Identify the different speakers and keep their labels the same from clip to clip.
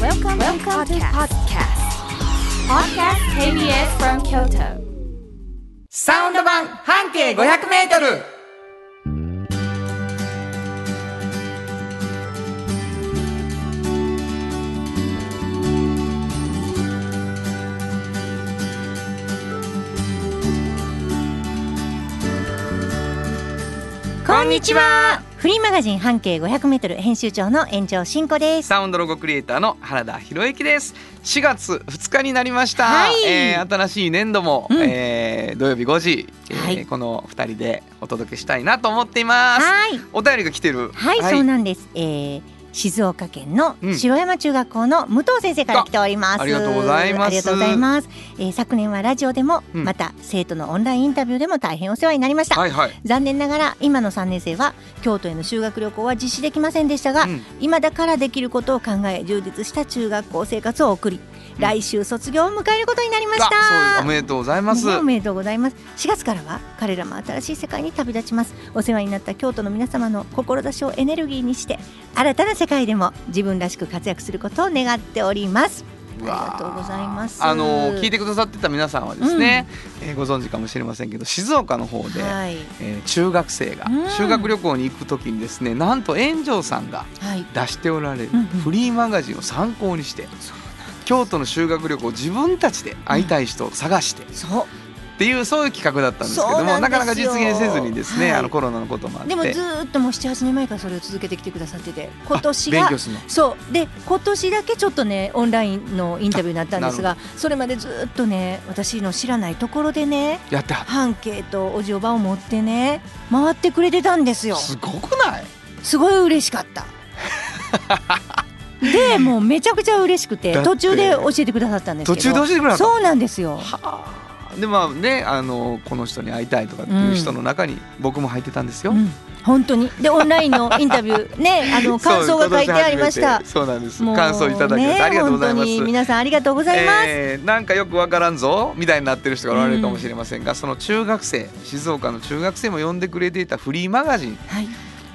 Speaker 1: Welcome, Welcome to podcast. Podcast KBS from Kyoto.
Speaker 2: サウンド版半径500メートル
Speaker 3: こんにちは。フリーマガジン半径500メートル編集長の園長新子です。
Speaker 2: サウンドロゴクリエイターの原田博之です4月2日になりました、
Speaker 3: はい
Speaker 2: えー新しい年度も、
Speaker 3: うん
Speaker 2: えー土曜日5時、えー
Speaker 3: はい
Speaker 2: この2人でお届けしたいなと思っています
Speaker 3: はい、
Speaker 2: お便りが来てる
Speaker 3: はい、そうなんです。えー静岡県の
Speaker 2: うん
Speaker 3: 城山中学校の武藤先生から来ております、
Speaker 2: あありがとうございます
Speaker 3: ありがとうございます。えー昨年はラジオでも、
Speaker 2: うん
Speaker 3: また生徒のオンラインインタビューでも大変お世話になりました。
Speaker 2: はいはい、
Speaker 3: 残念ながら今の3年生は京都への修学旅行は実施できませんでしたが、
Speaker 2: うん
Speaker 3: 今だからできることを考え充実した中学校生活を送り、
Speaker 2: うん
Speaker 3: 来週卒業を迎えることになりました。
Speaker 2: あそうですおめでとうございます、
Speaker 3: ねおめでとうございます4月からは彼らも新しい世界に旅立ちますお世話になった京都の皆様の志をエネルギーにして新たな世界でも自分らしく活躍することを願っておりますありがとうございます
Speaker 2: あの聞いてくださってた皆さんはですね、えーご存知かもしれませんけど静岡の方で、
Speaker 3: はい
Speaker 2: えー中学生が
Speaker 3: うん
Speaker 2: 修学旅行に行く時にですねなんと園長さんが
Speaker 3: はい
Speaker 2: 出しておられる
Speaker 3: うんうん
Speaker 2: フリーマガジンを参考にして、京都の修学旅行を自分たちで会いたい人を探してっ
Speaker 3: そ
Speaker 2: ていうそういう企画だったんですけども
Speaker 3: そうなんで
Speaker 2: な
Speaker 3: すよ
Speaker 2: かなか実現せずにですね、
Speaker 3: はい
Speaker 2: あのコロナのこともあっ
Speaker 3: う
Speaker 2: て
Speaker 3: でもずーっともう78年前からそれを続けてきてくださってて今年
Speaker 2: 勉
Speaker 3: が
Speaker 2: 強するの
Speaker 3: そうで今年だけちょっとねオンラインのインタビューになったんですがそれまでずーっとね私の知らないところでね
Speaker 2: やってはっ
Speaker 3: 半径とおじおばを持ってね回ってくれてたんですよ
Speaker 2: すごくない
Speaker 3: すごい嬉しかったでもうめちゃくちゃ嬉しくて
Speaker 2: だって
Speaker 3: 途中で教えてくださったんですけど
Speaker 2: 途中で教えてくれなかった
Speaker 3: そうなんですよ
Speaker 2: はあでまあねあのこの人に会いたいとかっていう人の中に僕も入ってたんですよ、
Speaker 3: うん本当にでオンラインのインタビューねあの感想が書いてありました
Speaker 2: そう今年初めてそうなんです
Speaker 3: もう
Speaker 2: 感想いただきまし
Speaker 3: ね
Speaker 2: たありがとうございま
Speaker 3: 本当に
Speaker 2: す
Speaker 3: 皆さんありがとうございます、
Speaker 2: えーなんかよくわからんぞみたいになってる人がおられるかもしれませんが、その中学生静岡の中学生も呼んでくれていたフリーマガジン
Speaker 3: はい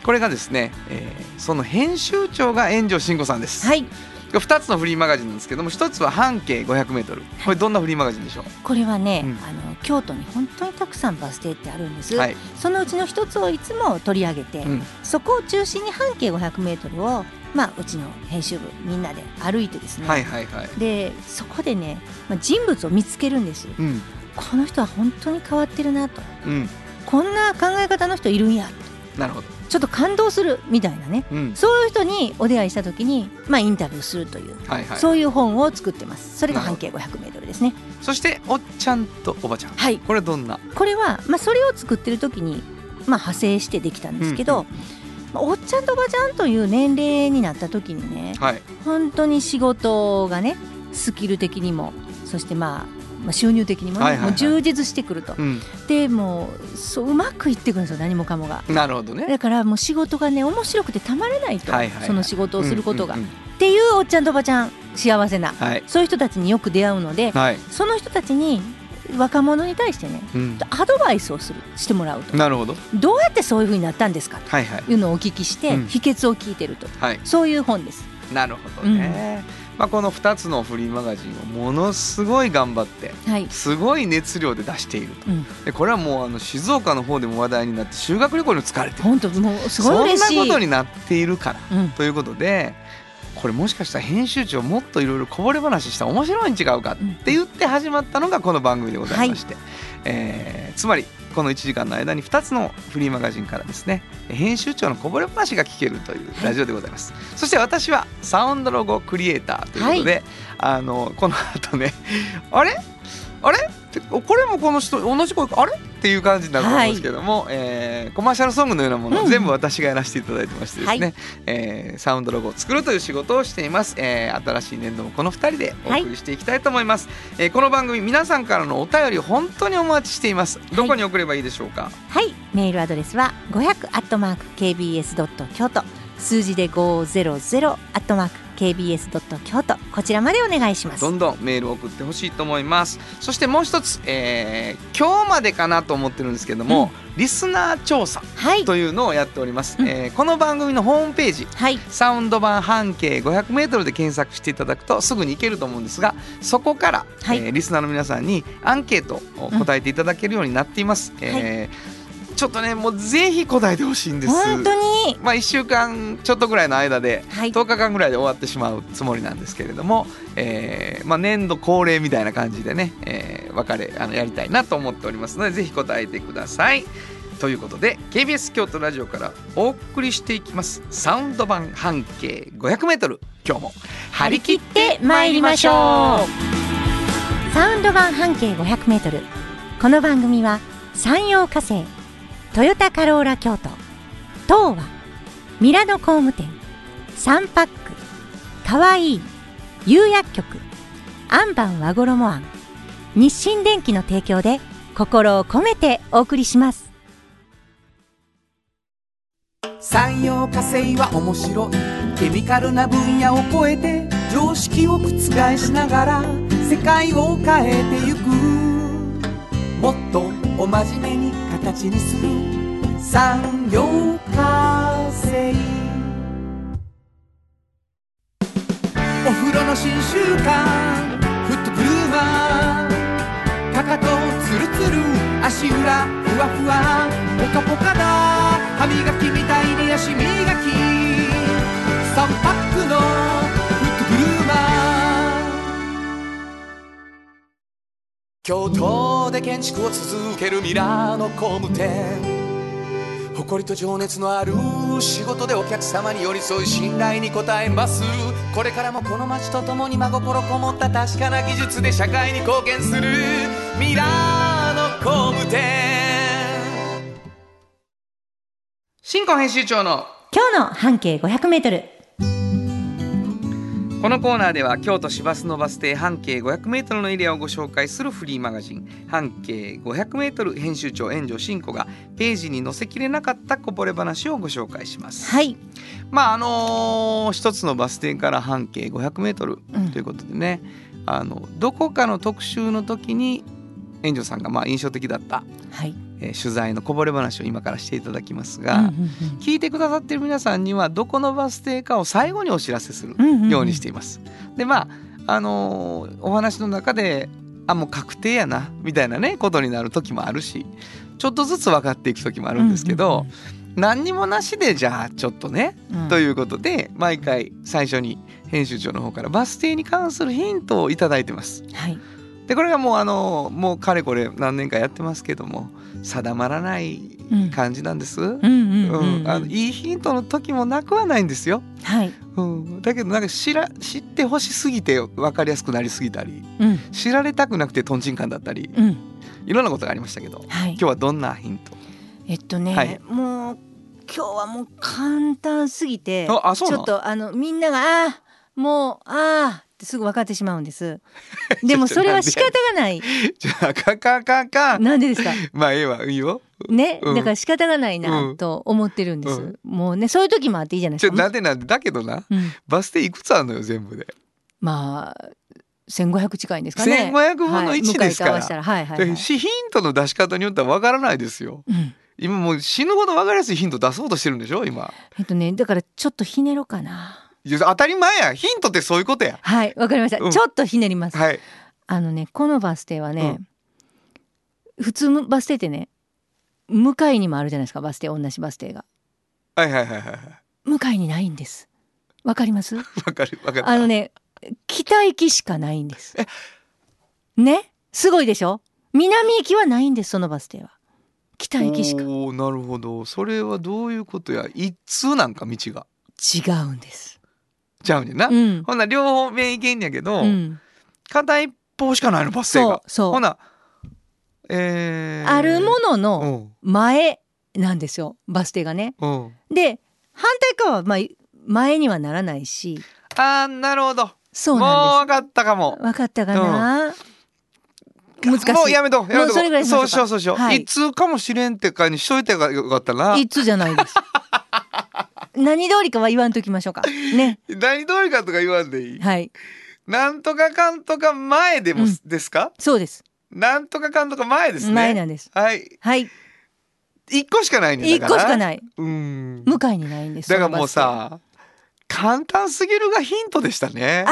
Speaker 2: これがですね、えーその編集長が円城信子さんです、
Speaker 3: はい
Speaker 2: 2つのフリーマガジンなんですけども1つは半径 500m これどんなフリーマガジンでしょう
Speaker 3: これはね、
Speaker 2: うん
Speaker 3: あの京都に本当にたくさんバス停ってあるんです、
Speaker 2: はい
Speaker 3: そのうちの一つをいつも取り上げて、
Speaker 2: うん
Speaker 3: そこを中心に半径 500m を、まあ、うちの編集部みんなで歩いてですね、
Speaker 2: はいはいはい、
Speaker 3: でそこでね、まあ、人物を見つけるんです
Speaker 2: うん
Speaker 3: この人は本当に変わってるなと
Speaker 2: うん、
Speaker 3: こんな考え方の人いるんや
Speaker 2: なるほど、
Speaker 3: ちょっと感動するみたいなね
Speaker 2: うん
Speaker 3: そういう人にお出会いした時に、まあ、インタビューするという、
Speaker 2: はいはい、そ
Speaker 3: そういう本を作ってますそれが半径 500m ですね
Speaker 2: しておっちゃんとおばちゃん
Speaker 3: はい
Speaker 2: これどんな
Speaker 3: これは、まあ、それを作ってる時に、まあ、派生してできたんですけど、まあおっちゃんとおばちゃんという年齢になった時にね
Speaker 2: はい
Speaker 3: 本当に仕事がねスキル的にもそしてまあまあ収入的にも,、ね
Speaker 2: はいはいはい
Speaker 3: もう充実してくると
Speaker 2: うん
Speaker 3: でもうそううまくいってくるんですよ何もかもが
Speaker 2: なるほどね
Speaker 3: だからもう仕事がね面白くてたまらないと、
Speaker 2: はいはいはい
Speaker 3: その仕事をすることが、
Speaker 2: うんうん
Speaker 3: っていうおっちゃんとおばちゃん幸せな
Speaker 2: うんはい
Speaker 3: そういう人たちによく出会うので
Speaker 2: はい、
Speaker 3: その人たちに若者に対してね
Speaker 2: うん、
Speaker 3: アドバイスをするしてもらうと
Speaker 2: なるほど
Speaker 3: どうやってそういうふうになったんですか
Speaker 2: はいはい
Speaker 3: というのをお聞きして、
Speaker 2: うん
Speaker 3: 秘訣を聞いてると
Speaker 2: はい
Speaker 3: そういう本です。
Speaker 2: なるほどね、まあ、この2つのフリーマガジンをものすごい頑張って
Speaker 3: はい、
Speaker 2: すごい熱量で出していると
Speaker 3: うん、
Speaker 2: でこれはもうあの静岡の方でも話題になって修学旅行にも疲れてる
Speaker 3: 本当もうすごい嬉しい。
Speaker 2: そんなことになっているから
Speaker 3: うん、
Speaker 2: ということでこれもしかしたら編集長もっといろいろこぼれ話したら面白いに違うかって言って始まったのがこの番組でございまして、えーつまりこの1時間の間に2つのフリーマガジンからですね編集長のこぼれ話が聞けるというラジオでございます、そして私はサウンドロゴクリエイターということで、あのこの後ねあれあれってこれもこの人同じ声かあれっていう感じになると思うんですけども、えーコマーシャルソングのようなもの
Speaker 3: う
Speaker 2: を
Speaker 3: ん
Speaker 2: 全部私がやらせていただいてましてですね、
Speaker 3: は
Speaker 2: えーサウンドロゴを作るという仕事をしています、えー新しい年度もこの2人でお送りしていきたいと思います、えーこの番組皆さんからのお便り本当にお待ちしていますどこに送ればいいでしょうか、
Speaker 3: はい、メールアドレスは500アットマーク kbs ドット京都数字で500アットマーク KBS ドット京都こちらまでお願いします
Speaker 2: ど。んどんメールを送ってほしいと思いますそしてもう一つ、えー今日までかなと思ってるんですけども、リスナー調査
Speaker 3: はい
Speaker 2: というのをやっております、
Speaker 3: うん
Speaker 2: えーこの番組のホームページ
Speaker 3: はい
Speaker 2: サウンド版半径 500m で検索していただくとすぐに行けると思うんですがそこから、
Speaker 3: はい
Speaker 2: えーリスナーの皆さんにアンケートを答えていただけるようになっています、えーちょっとねもうぜひ答えてほしいんです
Speaker 3: 本当に
Speaker 2: まあ1週間ちょっとぐらいの間で
Speaker 3: はい
Speaker 2: 10日間ぐらいで終わってしまうつもりなんですけれども、えーまあ、年度恒例みたいな感じでね、えー別れあのやりたいなと思っておりますのでぜひ答えてください。ということで KBS 京都ラジオからお送りしていきますサウンド版半径 500m 今日も張り切って参りましょう
Speaker 3: サウンド版半径 500m この番組は山陽火星トヨタカローラ京都東和ミラノ工務店サンパックかわいい釉薬局アンバン和衣庵日清電機の提供で心を込めてお送りします
Speaker 4: 産業化成は面白いケミカルな分野を超えて常識を覆しながら世界を変えてゆくもっとお真面目に形にする産業化成お風呂の新習慣フットグルーマーかかとツルツル足裏ふわふわポカポカだ歯磨きみたいに足磨き3パックのフットグルーマー京都で建築を続けるミラーの工務店誇りと情熱のある仕事でお客様に寄り添い信頼に応えますこれからもこの街とともに真心こもった確かな技術で社会に貢献するミラーの工務店
Speaker 2: 新婚編集長の
Speaker 3: 今日の半径 500m
Speaker 2: このコーナーでは京都市バスのバス停半径 500m のエリアをご紹介するフリーマガジン「半径 500m」編集長炎上真子がページに載せきれなかったこぼれ話をご紹介します。
Speaker 3: はい
Speaker 2: まああのー一つのバス停から半径 500m
Speaker 3: うん
Speaker 2: ということでね、あのどこかの特集の時に炎上さんがまあ印象的だった、
Speaker 3: はい
Speaker 2: えー取材のこぼれ話を今からしていただきます
Speaker 3: う
Speaker 2: が、聞いてくださってる皆さんにはどこのバス停かを最後にお知らせする。
Speaker 3: んうんうん
Speaker 2: ようにしています。でまああのーお話の中であもう確定やなみたいなねことになる時もあるしちょっとずつ分かっていく時もあるんですけど、何にもなしでじゃあちょっとね、
Speaker 3: うんうんうん
Speaker 2: ということで毎回最初に編集長の方からバス停に関するヒントを頂いただいてます。
Speaker 3: はい
Speaker 2: でこれがもうあのーもうかれこれ何年かやってますけども定まらない
Speaker 3: うん
Speaker 2: 感じなんです。うん
Speaker 3: うんうんうんうん
Speaker 2: あのいいヒントの時もなくはないんですよ。
Speaker 3: はい
Speaker 2: うん、だけどなんか知ら知ってほしすぎて分かりやすくなりすぎたり
Speaker 3: うん
Speaker 2: 知られたくなくてとんちんかんだったり
Speaker 3: うん
Speaker 2: いろんなことがありましたけど
Speaker 3: はい
Speaker 2: 今日はどんなヒント
Speaker 3: えっとね、
Speaker 2: はい
Speaker 3: もう今日はもう簡単すぎて
Speaker 2: ああそう
Speaker 3: ち
Speaker 2: な
Speaker 3: ょ
Speaker 2: の
Speaker 3: っとあのみんながあーもうあーってすぐ分かってしまうんです でもそれは仕方がない
Speaker 2: じゃあかんかんかんかん
Speaker 3: なんでですか
Speaker 2: まあええわいいよ
Speaker 3: ね、
Speaker 2: うん
Speaker 3: だから仕方がないうなんと思ってるんです、
Speaker 2: うん
Speaker 3: もうねそういう時もあっていいじゃないで
Speaker 2: ち
Speaker 3: す
Speaker 2: ょな
Speaker 3: か
Speaker 2: んでなんでだけどな
Speaker 3: うん、
Speaker 2: バス停いくつあるのよ全部で、
Speaker 3: まあ1500近いんですかね
Speaker 2: 1500分の
Speaker 3: はい
Speaker 2: 1ですから
Speaker 3: 向いと合わせたらはいはい、
Speaker 2: で
Speaker 3: はい
Speaker 2: ヒントの出し方によっては分からないですよ
Speaker 3: うん、
Speaker 2: 今もう死ぬほど分かりやすいヒント出そうとしてるんでしょ今
Speaker 3: えっとねだからちょっとひねろうかない
Speaker 2: や当たり前やヒントってそういうことや
Speaker 3: はいわかりました、
Speaker 2: うん
Speaker 3: ちょっとひねります
Speaker 2: はい
Speaker 3: あのねこのバス停はね、普通のバス停ってね向かいにもあるじゃないですかバス停同じバス停が
Speaker 2: はいはいはいはい
Speaker 3: 向かいにないんですわかります
Speaker 2: 分かる分かる
Speaker 3: あのね北行きしかないんですねすごいでしょ南行きはないんですそのバス停は北行きしか
Speaker 2: おーなるほどそれはどういうことや一通なんか道が
Speaker 3: 違うんです
Speaker 2: ちゃうんやな、
Speaker 3: うん、
Speaker 2: ほんなら両方面行けんやけど、
Speaker 3: うん、
Speaker 2: 片一方しかないのバス停
Speaker 3: そう
Speaker 2: が
Speaker 3: そ
Speaker 2: ほ
Speaker 3: う
Speaker 2: なえー、
Speaker 3: あるものの
Speaker 2: の
Speaker 3: 前なんですよバス停がね
Speaker 2: うんうん
Speaker 3: で反対側はまあ前にはならないし
Speaker 2: あーなるほど
Speaker 3: そう
Speaker 2: もう
Speaker 3: なんです
Speaker 2: 分かったかも
Speaker 3: わかったかな、難しい
Speaker 2: もうやめとこやめとこ
Speaker 3: もうそれぐらいにしまし
Speaker 2: そ
Speaker 3: ょ
Speaker 2: うう
Speaker 3: か
Speaker 2: しようそうしよう、
Speaker 3: はい
Speaker 2: 一通かもしれんってかにしといてがよかったな
Speaker 3: 一通じゃないです何通りかは言わんときましょうか。ね。
Speaker 2: 何通りかとか言わんでいい
Speaker 3: はい。
Speaker 2: なんとかかんとか前でもす、ですか
Speaker 3: そうです。
Speaker 2: なんとかかんとか前ですね
Speaker 3: 前なんです。
Speaker 2: はい
Speaker 3: はい。
Speaker 2: 一個しかないね
Speaker 3: 一個しか
Speaker 2: い
Speaker 3: ない。
Speaker 2: うん
Speaker 3: 向かいにないんです。
Speaker 2: だから
Speaker 3: その
Speaker 2: もう
Speaker 3: バス停。
Speaker 2: さ簡単すぎるがヒントでしたね
Speaker 3: あ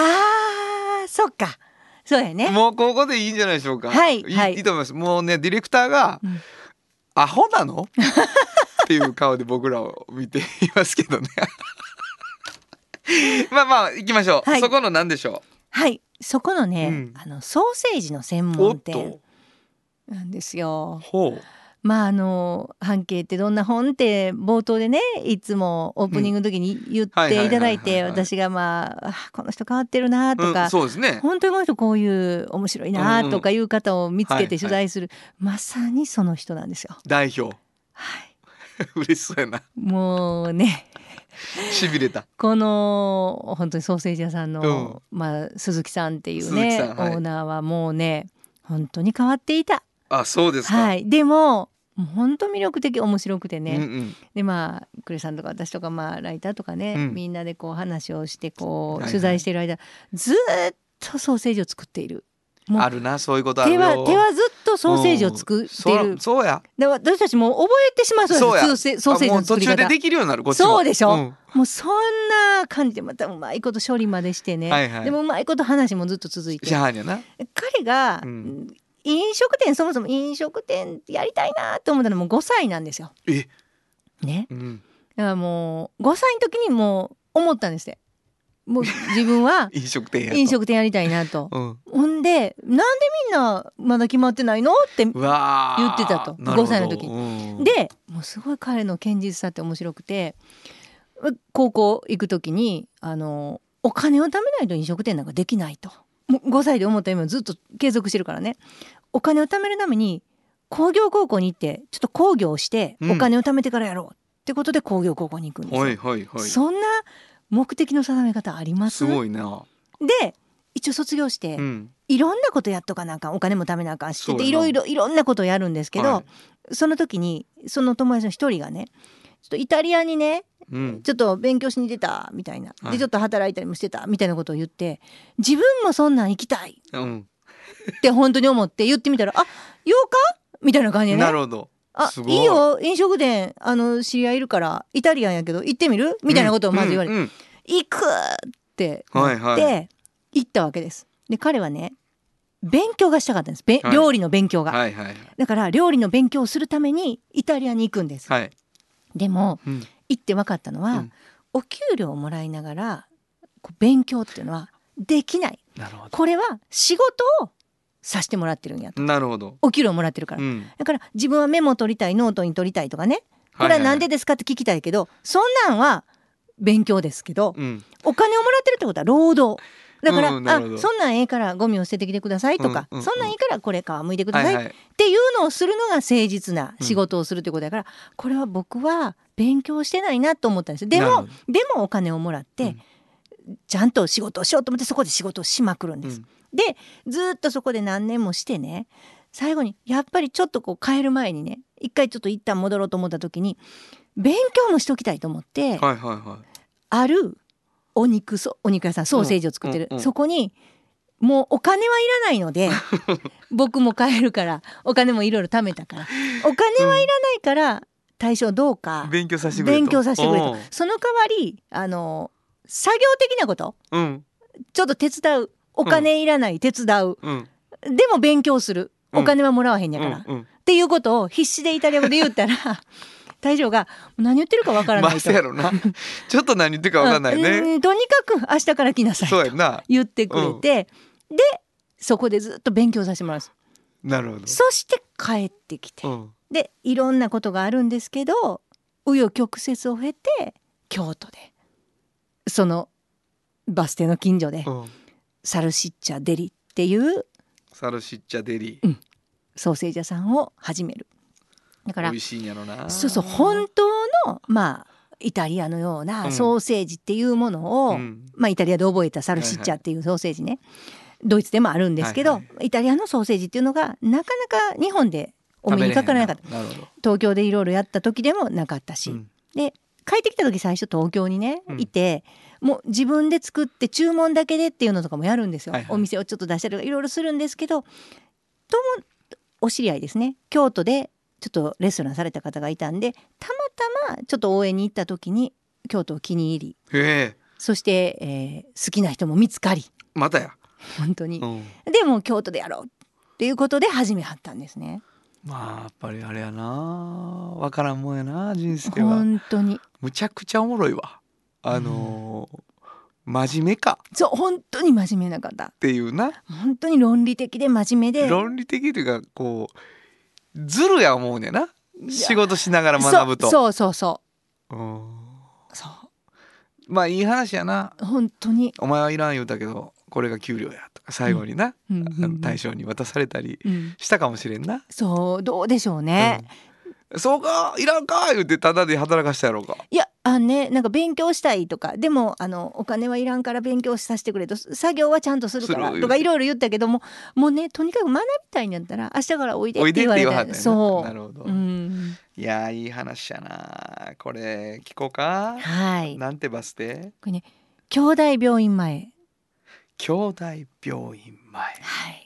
Speaker 3: あ、そっか。そうやね。
Speaker 2: もうここでいいんじゃないでしょうか
Speaker 3: はい
Speaker 2: い
Speaker 3: はい
Speaker 2: いいと思いますもうねディレクターが
Speaker 3: うん
Speaker 2: 「アホなの? 」っていう顔で僕らを見ていますけどね まあまあ行きましょう、
Speaker 3: はい
Speaker 2: そこの何でしょ
Speaker 3: はい。そこのね、
Speaker 2: うん
Speaker 3: あのソーセージの専
Speaker 2: うおっ
Speaker 3: 門店
Speaker 2: と
Speaker 3: なんですよ。
Speaker 2: ほう
Speaker 3: まああの半径ってどんな本って冒頭でねいつもオープニングの時に言っ
Speaker 2: はいはいはいはいはい
Speaker 3: ていただいて私がまああこの人変わってるなと
Speaker 2: う
Speaker 3: か
Speaker 2: ん、、そうですね
Speaker 3: 本当にこの人こういう面白いなとかいう方を見つけて取材する、まさにその人なんですよ。
Speaker 2: 代表
Speaker 3: はい、
Speaker 2: 嬉しそうやな
Speaker 3: もうね
Speaker 2: しびれた
Speaker 3: この本当にソーセージ屋さんの、まあ、鈴木さんっていうね
Speaker 2: 鈴木さんはい
Speaker 3: オーナーはもうね本当に変わっていた。
Speaker 2: あそうですか、
Speaker 3: はい、でももう本当魅力的面白くてね、
Speaker 2: うんうん
Speaker 3: でまあ呉さんとか私とかまあライターとかね、
Speaker 2: うん
Speaker 3: みんなでこう話をして
Speaker 2: は
Speaker 3: こ
Speaker 2: いうはい
Speaker 3: 取材している間、ずーっとソーセージを作っているもう
Speaker 2: あるなそういうことある
Speaker 3: 手
Speaker 2: よ
Speaker 3: は手はずっとソーセージを作ってい
Speaker 2: うん
Speaker 3: る
Speaker 2: そそうや
Speaker 3: で私たちもう覚えてしまう
Speaker 2: そうや
Speaker 3: そうですソーセージ
Speaker 2: あも
Speaker 3: の
Speaker 2: う途
Speaker 3: 作り
Speaker 2: 中で
Speaker 3: 方
Speaker 2: できるようになるこっちも
Speaker 3: そうでしょ
Speaker 2: ん
Speaker 3: もうそんな感じでまたうまいこと処理までしてね、
Speaker 2: はいはい
Speaker 3: でもうまいこと話もずっと続いて
Speaker 2: しはんやな
Speaker 3: 彼が、
Speaker 2: うん
Speaker 3: 飲食店そもそも飲食店やりたいなと思ったのも5歳なんですよ。
Speaker 2: え、
Speaker 3: ね、
Speaker 2: うん、
Speaker 3: だからもう5歳の時にもう思ったんですってもう自分は
Speaker 2: 飲食店やと
Speaker 3: 飲食店やりたいなと。
Speaker 2: うん
Speaker 3: ほんでなんでみんなまだ決まってないのって
Speaker 2: うわー
Speaker 3: 言ってたと
Speaker 2: なるほど
Speaker 3: 5歳の時
Speaker 2: うん
Speaker 3: でもうすごい彼の堅実さって面白くて高校行く時にあのお金を貯めないと飲食店なんかできないともう5歳で思った夢をずっと継続してるからねお金を貯めるために工業高校に行ってちょっと工業をして
Speaker 2: うん
Speaker 3: お金を貯めてからやろうってことで工業高校に行くんですよ、
Speaker 2: はいはいはい
Speaker 3: そんな目的の定め方あります
Speaker 2: すごいな、
Speaker 3: で一応卒業して、
Speaker 2: うん、
Speaker 3: いろんなことやっとかなあかんお金も貯めなあかんし
Speaker 2: そうや
Speaker 3: で
Speaker 2: ない
Speaker 3: ろいろいろんなことやるんですけど、
Speaker 2: は
Speaker 3: その時にその友達の一人がねちょっとイタリアにね
Speaker 2: うん、
Speaker 3: ちょっと勉強しに出たみたいな、
Speaker 2: はい
Speaker 3: でちょっと働いたりもしてたみたいなことを言って自分もそんなん行きたい
Speaker 2: うん、
Speaker 3: って本当に思って言ってみたら「あ8日?」みたいな感じでね
Speaker 2: なるほど
Speaker 3: あ
Speaker 2: すごい
Speaker 3: いいよ飲食店あの知り合いいるからイタリアンやけど行ってみる?」みたいなことをまず言われて
Speaker 2: うんうん
Speaker 3: 行くってなって、
Speaker 2: はいは
Speaker 3: 行ったわけです。で彼はね勉強がしたかったんです、べん
Speaker 2: はい
Speaker 3: 料理の勉強が、
Speaker 2: はいはいはい
Speaker 3: だから料理の勉強をするためにイタリアに行くんです、
Speaker 2: はい、
Speaker 3: でも
Speaker 2: うん、
Speaker 3: 行って分かったのは、
Speaker 2: うん
Speaker 3: お給料をもらいながらこう勉強っていうのはできない
Speaker 2: なるほ
Speaker 3: これは仕事をさしてもらってるんやと
Speaker 2: どなるほど
Speaker 3: お給料もらってるから、
Speaker 2: うん
Speaker 3: だから自分はメモを取りたいノートに取りたいとかねこれは何でですかって聞きたいけど、そんなんは勉強ですけど、
Speaker 2: いはいはいうん
Speaker 3: お金をもらってるってことは労働だから、
Speaker 2: うんな
Speaker 3: あ
Speaker 2: るほど
Speaker 3: そんなんええからゴミを捨ててきてくださいとか、
Speaker 2: うんうんうん
Speaker 3: そんなんいいからこれ皮むいてくだ
Speaker 2: は
Speaker 3: さ
Speaker 2: い
Speaker 3: い
Speaker 2: は
Speaker 3: っ
Speaker 2: い
Speaker 3: ていうのをするのが誠実な仕事をするということだから、これは僕は勉強してないなと思ったんですよで
Speaker 2: なるほ
Speaker 3: もでもお金をもらって、
Speaker 2: うん
Speaker 3: ちゃんと仕事をしようと思ってそこで仕事をしまくるん
Speaker 2: う
Speaker 3: です。
Speaker 2: ん
Speaker 3: でずーっとそこで何年もしてね最後にやっぱりちょっとこう帰る前にね一回ちょっと一旦戻ろうと思った時に勉強もしときたいと思って、
Speaker 2: はいはいは
Speaker 3: あるお肉そお肉屋さんソーセージを作ってる、
Speaker 2: うんうんうん
Speaker 3: そこにもうお金はいらない ので僕も買えるからお金もいろいろ貯めたからお金はいらないから対象どうか
Speaker 2: い勉強させてくれと
Speaker 3: 勉強させてくれと
Speaker 2: うん
Speaker 3: その代わりあの作業的なこと
Speaker 2: うん
Speaker 3: ちょっと手伝うお金いらない、手伝う
Speaker 2: うん
Speaker 3: でも勉強する
Speaker 2: うん
Speaker 3: お金はもらわへんやから、っ
Speaker 2: うんうん
Speaker 3: ていうことを必死でイタリア語で言ったら 大将が「何言ってるかわから
Speaker 2: ま
Speaker 3: な
Speaker 2: あ
Speaker 3: い
Speaker 2: そ
Speaker 3: と」
Speaker 2: うやろな ちょっと何言ってるかわかんない
Speaker 3: うん
Speaker 2: ね
Speaker 3: うんとにかく明日から来なさいと
Speaker 2: そうやな
Speaker 3: 言ってくれて、でそこでずっと勉強させてもらうんです、
Speaker 2: なるほど
Speaker 3: そして帰ってきて、
Speaker 2: うん
Speaker 3: でいろんなことがあるんですけど紆余曲折を経て京都でそのバス停の近所で
Speaker 2: うん
Speaker 3: サルシッチャデリっていう
Speaker 2: サルシッチャデリ
Speaker 3: ソーセージ屋さんを始めるだか
Speaker 2: 美
Speaker 3: ら
Speaker 2: 味しいんやろな
Speaker 3: そうそう本当のまあイタリアのよう
Speaker 2: う
Speaker 3: なんソーセージっていうもの
Speaker 2: う
Speaker 3: を、
Speaker 2: ん
Speaker 3: まあ、イタリアで覚えたサルシッチャっていうソーセージね、ドイツでもあるんですけど、
Speaker 2: はい
Speaker 3: イタリアのソーセージっていうのがなかなか日本でお目にかからなかった
Speaker 2: 食べれへんなるほど
Speaker 3: 東京でいろいろやった時でもなかったし、
Speaker 2: うん
Speaker 3: で帰ってきた時最初東京にね、
Speaker 2: うん
Speaker 3: いてもう自分で作って注文だけでっていうのとかもやるんですよ、
Speaker 2: はいはい
Speaker 3: お店をちょっと出したりとかいろいろするんですけどともお知り合いですね京都でちょっとレストランされた方がいたんでたまたまちょっと応援に行った時に京都を気に入り
Speaker 2: ええ
Speaker 3: そして、えー好きな人も見つかり
Speaker 2: またや、
Speaker 3: 本当に
Speaker 2: う、ん、
Speaker 3: でもう京都でやろうっていうことで始めはったんですね
Speaker 2: まあやっぱりあれやなわからんもんやな人生は
Speaker 3: 本当に
Speaker 2: むちゃくちゃおもろいわあのー真面目かっ
Speaker 3: そう本当に真面目な方
Speaker 2: ていうな
Speaker 3: 本当に論理的で真面目で
Speaker 2: 論理的というかこうずるや思うねんな仕事しながら学ぶと
Speaker 3: そうそうそ
Speaker 2: うん
Speaker 3: うそうそ
Speaker 2: まあいい話やな
Speaker 3: う本当に、
Speaker 2: お前はいらん言うたけどこれが給料やとか最後にな、
Speaker 3: うんうん
Speaker 2: あの大将に渡されたり
Speaker 3: うん
Speaker 2: したかもしれんな、
Speaker 3: そうどうでしょうね、
Speaker 2: うんそうかいらんか言うてただで働かしたやろうか
Speaker 3: いやあのねなんか勉強したいとかでもあのお金はいらんから勉強させてくれと作業はちゃんとするから
Speaker 2: する
Speaker 3: とかいろいろ言ったけどももうねとにかく学びたいんやったら明日からおいでっ
Speaker 2: おい
Speaker 3: て
Speaker 2: でっ
Speaker 3: 言
Speaker 2: て
Speaker 3: わ
Speaker 2: 言
Speaker 3: れ
Speaker 2: わ
Speaker 3: た
Speaker 2: はっ
Speaker 3: ん
Speaker 2: たんやなな
Speaker 3: でそ
Speaker 2: るほど、
Speaker 3: う、うん、
Speaker 2: いやいい話やなこれ聞こうか
Speaker 3: はい
Speaker 2: なんてバス停
Speaker 3: 兄弟病院前
Speaker 2: 兄弟病院前
Speaker 3: はい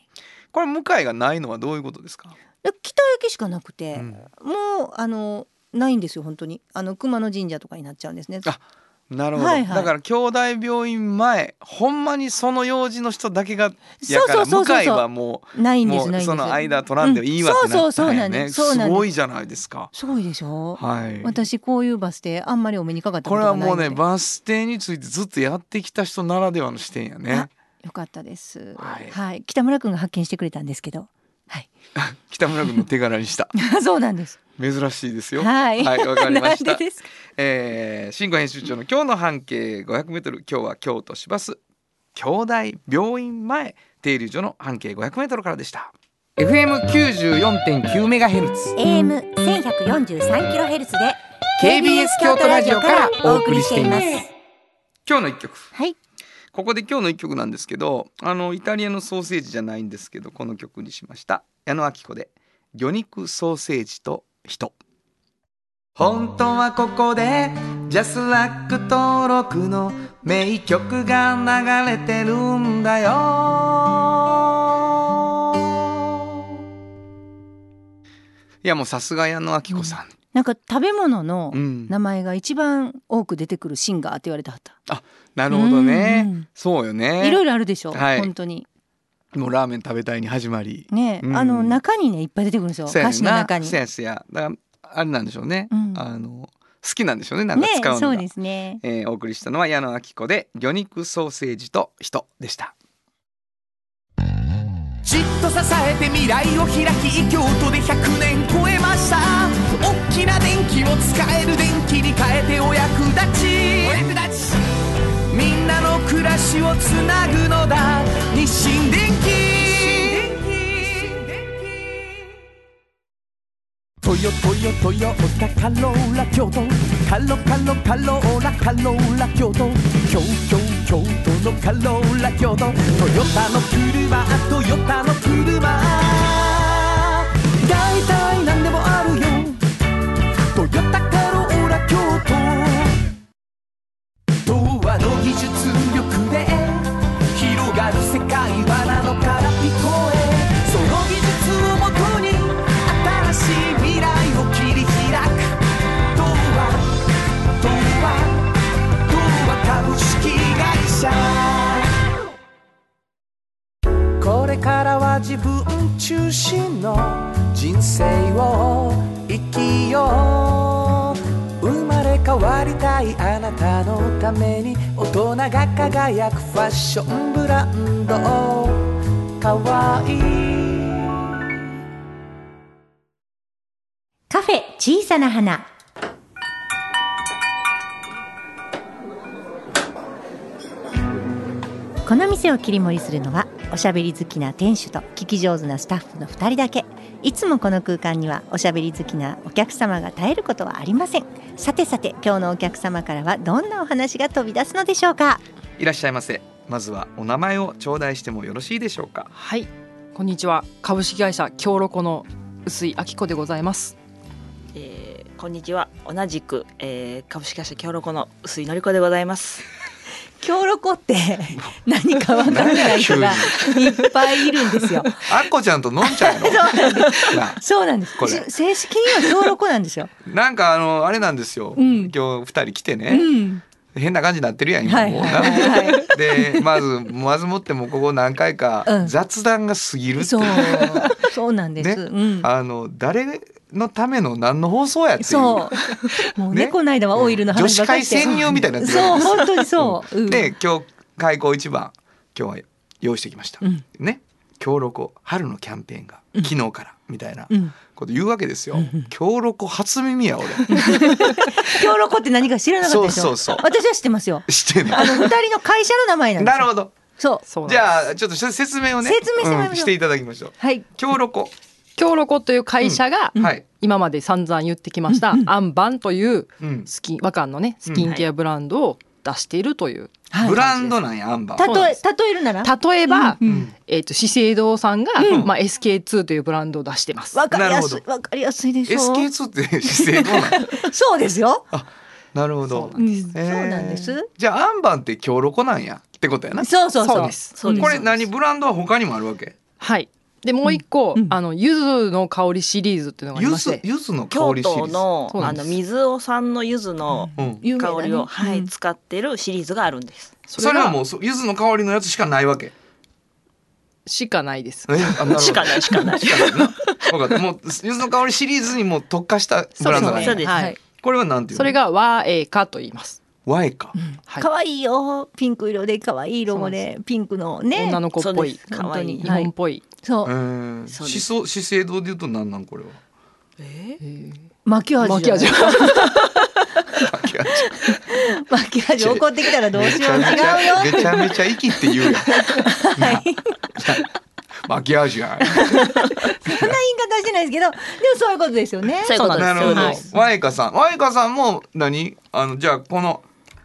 Speaker 2: これ向かいがないのはどういうことですか、
Speaker 3: で北駅しかなくて、もうあのないんですよ本当にあの熊野神社とかになっちゃうんですね
Speaker 2: あなるほど、
Speaker 3: はいはい
Speaker 2: だから兄弟病院前ほんまにその用事の人だけがやから
Speaker 3: そうそうそうそう
Speaker 2: 向かいはも
Speaker 3: ない
Speaker 2: うん
Speaker 3: で
Speaker 2: も
Speaker 3: すな
Speaker 2: う
Speaker 3: いんです
Speaker 2: その間取らんでいいわっ
Speaker 3: う
Speaker 2: て
Speaker 3: んそ
Speaker 2: な
Speaker 3: う
Speaker 2: っ
Speaker 3: そう
Speaker 2: た
Speaker 3: そうんな
Speaker 2: や
Speaker 3: ん
Speaker 2: ね
Speaker 3: ですそう
Speaker 2: す
Speaker 3: なん
Speaker 2: ご
Speaker 3: で
Speaker 2: いじゃないですか
Speaker 3: すすごいでしょ、
Speaker 2: はい
Speaker 3: 私こういうバス停あんまりお目にかかったこ
Speaker 2: ことれ
Speaker 3: が
Speaker 2: は
Speaker 3: ない
Speaker 2: もう
Speaker 3: ので
Speaker 2: ねバス停についてずっとやってきた人ならではの視点やね
Speaker 3: あよかったですは、
Speaker 2: はいい
Speaker 3: 北村くんが発見してくれたんですけどはい
Speaker 2: 北村君の手柄にした
Speaker 3: そうなんです
Speaker 2: 珍しいですよ
Speaker 3: はい
Speaker 2: はいわかりまし
Speaker 3: な
Speaker 2: た
Speaker 3: んでですか
Speaker 2: えー、新語編集長の今日の半径 500m 今日は京都市バス兄弟病院前停留所の半径 500m からでした FM94.9MHz
Speaker 1: AM 千百四十三キロヘルツで
Speaker 2: KBS 京都ラジオからお送りしています今日の一曲
Speaker 3: はい
Speaker 2: ここで今日の一曲なんですけどあのイタリアのソーセージじゃないんですけどこの曲にしました矢野明子で魚肉ソーセージと人本当はここでジャスラック登録の名曲が流れてるんだよいやもうさすが矢野明子さん、
Speaker 3: なんか食べ物の
Speaker 2: うん
Speaker 3: 名前が一番多く出てくるシンガーって言われてはった、
Speaker 2: なるほどね、
Speaker 3: うんうん
Speaker 2: そうよね
Speaker 3: いろいろあるでしょ、
Speaker 2: はい
Speaker 3: 本当に
Speaker 2: もうラーメン食べたいに始まり
Speaker 3: ね、
Speaker 2: うん
Speaker 3: あの中にねいっぱい出てくるんですよ歌詞の中に
Speaker 2: せやせやだからあれなんでしょうね、
Speaker 3: うん
Speaker 2: あの好きなんでしょうねなんか
Speaker 3: ね
Speaker 2: 使うの
Speaker 3: そ
Speaker 2: が、
Speaker 3: うですね
Speaker 2: えーお送りしたのは矢野明子で魚肉ソーセージと人でした
Speaker 4: じっと支えて未来を開き京都で100年超えました大きな電気を使える電気に変えてお役立ちお役立ちみんなの暮らしをつなぐのだ日清電気トヨトヨトヨタカローラ京都カロカロカローラカローラ京都京京京都のカローラ京都トヨタの車トヨタの車大体何でもあるよトヨタカローラ京都童話の技術力で広がる世界はなのから聞こえその技術をもとに新しい未来を切り開く童話童話童話株式会社これからは自分中心の人生を生きよう生まれ変わりたいあなたのために大人が輝くファッションブランドかわいい
Speaker 1: カフェ小さな花
Speaker 3: この店を切り盛りするのはおしゃべり好きな店主と聞き上手なスタッフの2人だけいつもこの空間にはおしゃべり好きなお客様が絶えることはありませんさてさて今日のお客様からはどんなお話が飛び出すのでしょうか
Speaker 2: いらっしゃいませまずはお名前を頂戴してもよろしいでしょうか
Speaker 5: はい、こんにちは。株式会社京ロコの薄井明子でございます。えーこんにちは。同じく、えー、株式会社京ロコの薄井のりこでございます。
Speaker 3: 強力 って 何かわからない人がいっぱいいるんで すよ。
Speaker 2: あっこちゃんとのんち ゃんやろ な
Speaker 3: そうなんです
Speaker 2: こ。れ
Speaker 3: し正式には強力なんですよ。
Speaker 2: なんかあのあれなんですよ、
Speaker 3: うん
Speaker 2: 今日二人来て
Speaker 3: う
Speaker 2: ね、
Speaker 3: ん。
Speaker 2: 変な感じになってるやん今、
Speaker 3: はい
Speaker 2: もう
Speaker 3: はい
Speaker 2: な
Speaker 3: は
Speaker 2: でまずまずもってもうここ何回か
Speaker 3: うん
Speaker 2: 雑談が過ぎるっ
Speaker 3: い。
Speaker 2: てい、
Speaker 3: そうう。そうなんです。
Speaker 2: ね
Speaker 3: うん。
Speaker 2: あの誰のための何の放送やっていう
Speaker 3: そう。もうね、
Speaker 2: ね
Speaker 3: この間はオイルの
Speaker 2: 女
Speaker 3: 話
Speaker 2: 子
Speaker 3: ばかり
Speaker 2: 会
Speaker 3: して。
Speaker 2: 潜入みたいなやつ
Speaker 3: そう、本当にそう。うん
Speaker 2: で今日開校一番今日は用意してきました、
Speaker 3: うん
Speaker 2: ね強録春のキャンペーンが
Speaker 3: うん
Speaker 2: 昨日からみたいな
Speaker 3: うん。
Speaker 2: こと言うわけですよ
Speaker 3: うんうん
Speaker 2: 強録初耳 や俺
Speaker 3: 強力って何か知らなかったでしょ。
Speaker 2: そうそうそう
Speaker 3: 私は知ってますよ。
Speaker 2: 知ってんの
Speaker 3: あの二人の会社の名前なんです
Speaker 2: な
Speaker 3: よ。
Speaker 2: るほど
Speaker 3: そう。
Speaker 6: そうなんです
Speaker 2: じゃあちょっと説明をね
Speaker 3: 説明してもらいましょう
Speaker 2: うんしていただきましょう
Speaker 3: はい。
Speaker 2: 強録
Speaker 6: 京ロコという会社が、
Speaker 2: はい、
Speaker 6: 今まで散々言ってきました、アンバンという
Speaker 2: うん、
Speaker 6: スキン和漢のねスキンケアブランドを出しているという、
Speaker 3: はい
Speaker 2: ブランドなんやアンバ
Speaker 3: た
Speaker 2: ー
Speaker 6: そう
Speaker 3: と
Speaker 6: なん
Speaker 3: え
Speaker 6: で
Speaker 3: 例えるなら。
Speaker 6: 例えば、
Speaker 3: うん
Speaker 2: うん
Speaker 6: えっ、と資生堂さんが、まあ SK2 というブランドを出してます。
Speaker 3: わかりやす
Speaker 2: ないる。ほ
Speaker 3: わかりやすいでしょ。
Speaker 2: SK2 って姿勢どうなん
Speaker 3: そうですよ。
Speaker 2: なるほど
Speaker 6: そう
Speaker 3: うん
Speaker 2: えー
Speaker 3: そうなんです。
Speaker 2: じゃあアンバンって強録なんやってことやな
Speaker 3: そうそう
Speaker 6: そう
Speaker 3: そう
Speaker 6: で。す
Speaker 5: そうです
Speaker 2: これ何ブランドは他にもあるわけ
Speaker 6: はい。でもう一個、
Speaker 3: うんうん
Speaker 6: あの柚子の香りシリーズっていうのがあり
Speaker 2: ゆ
Speaker 6: まし
Speaker 2: ず
Speaker 6: て、
Speaker 2: ゆずの香
Speaker 5: 京
Speaker 2: りシリー
Speaker 5: 都
Speaker 2: ズ
Speaker 5: の
Speaker 6: そうな
Speaker 5: あ
Speaker 6: んです
Speaker 5: の水尾さんの柚子の
Speaker 2: うん、
Speaker 3: 有名だね
Speaker 5: 香りを、は
Speaker 3: う
Speaker 5: い
Speaker 3: ん
Speaker 5: 使ってるシリーズがあるんです。
Speaker 6: そ
Speaker 2: それは
Speaker 6: が
Speaker 2: もうそ柚子の香りのやつしかないわけ。
Speaker 6: しかないです。
Speaker 2: えあ なるほど
Speaker 5: しかないしかない。
Speaker 2: しかないな。分かった。もう柚子の香りシリーズにもう特化したブ
Speaker 6: う
Speaker 2: ラ
Speaker 6: で
Speaker 2: ンド
Speaker 6: す
Speaker 2: なん
Speaker 5: そう
Speaker 2: や
Speaker 5: です
Speaker 6: は
Speaker 5: はいい。
Speaker 2: これはなんていうの？
Speaker 6: それが和英化と言います。
Speaker 2: ワイか。
Speaker 6: はい。
Speaker 3: 可愛いよ。ピンク色で可愛いロゴでピンクのね
Speaker 6: 女。の子っぽい、
Speaker 5: そうです可愛い
Speaker 6: 日本っぽい。
Speaker 3: そうう。
Speaker 2: ーん。
Speaker 5: そう
Speaker 2: 思
Speaker 5: です
Speaker 2: 想資生堂で言うと何なんこれは。
Speaker 3: マキアージュ。
Speaker 6: マキアージュ。
Speaker 3: マキアージュ怒ってきたらどうしよう。違う
Speaker 2: めちゃ
Speaker 3: よ。
Speaker 2: めちゃめちゃ息って言うや ん。
Speaker 3: はい。
Speaker 2: マキアージュやん。
Speaker 3: そんな言い方してないですけど、でもそういうことですよね。
Speaker 5: そういうことです。
Speaker 2: なるほど
Speaker 5: そうです。。
Speaker 2: ワイカさん、ワイカさんも何？あのじゃあこの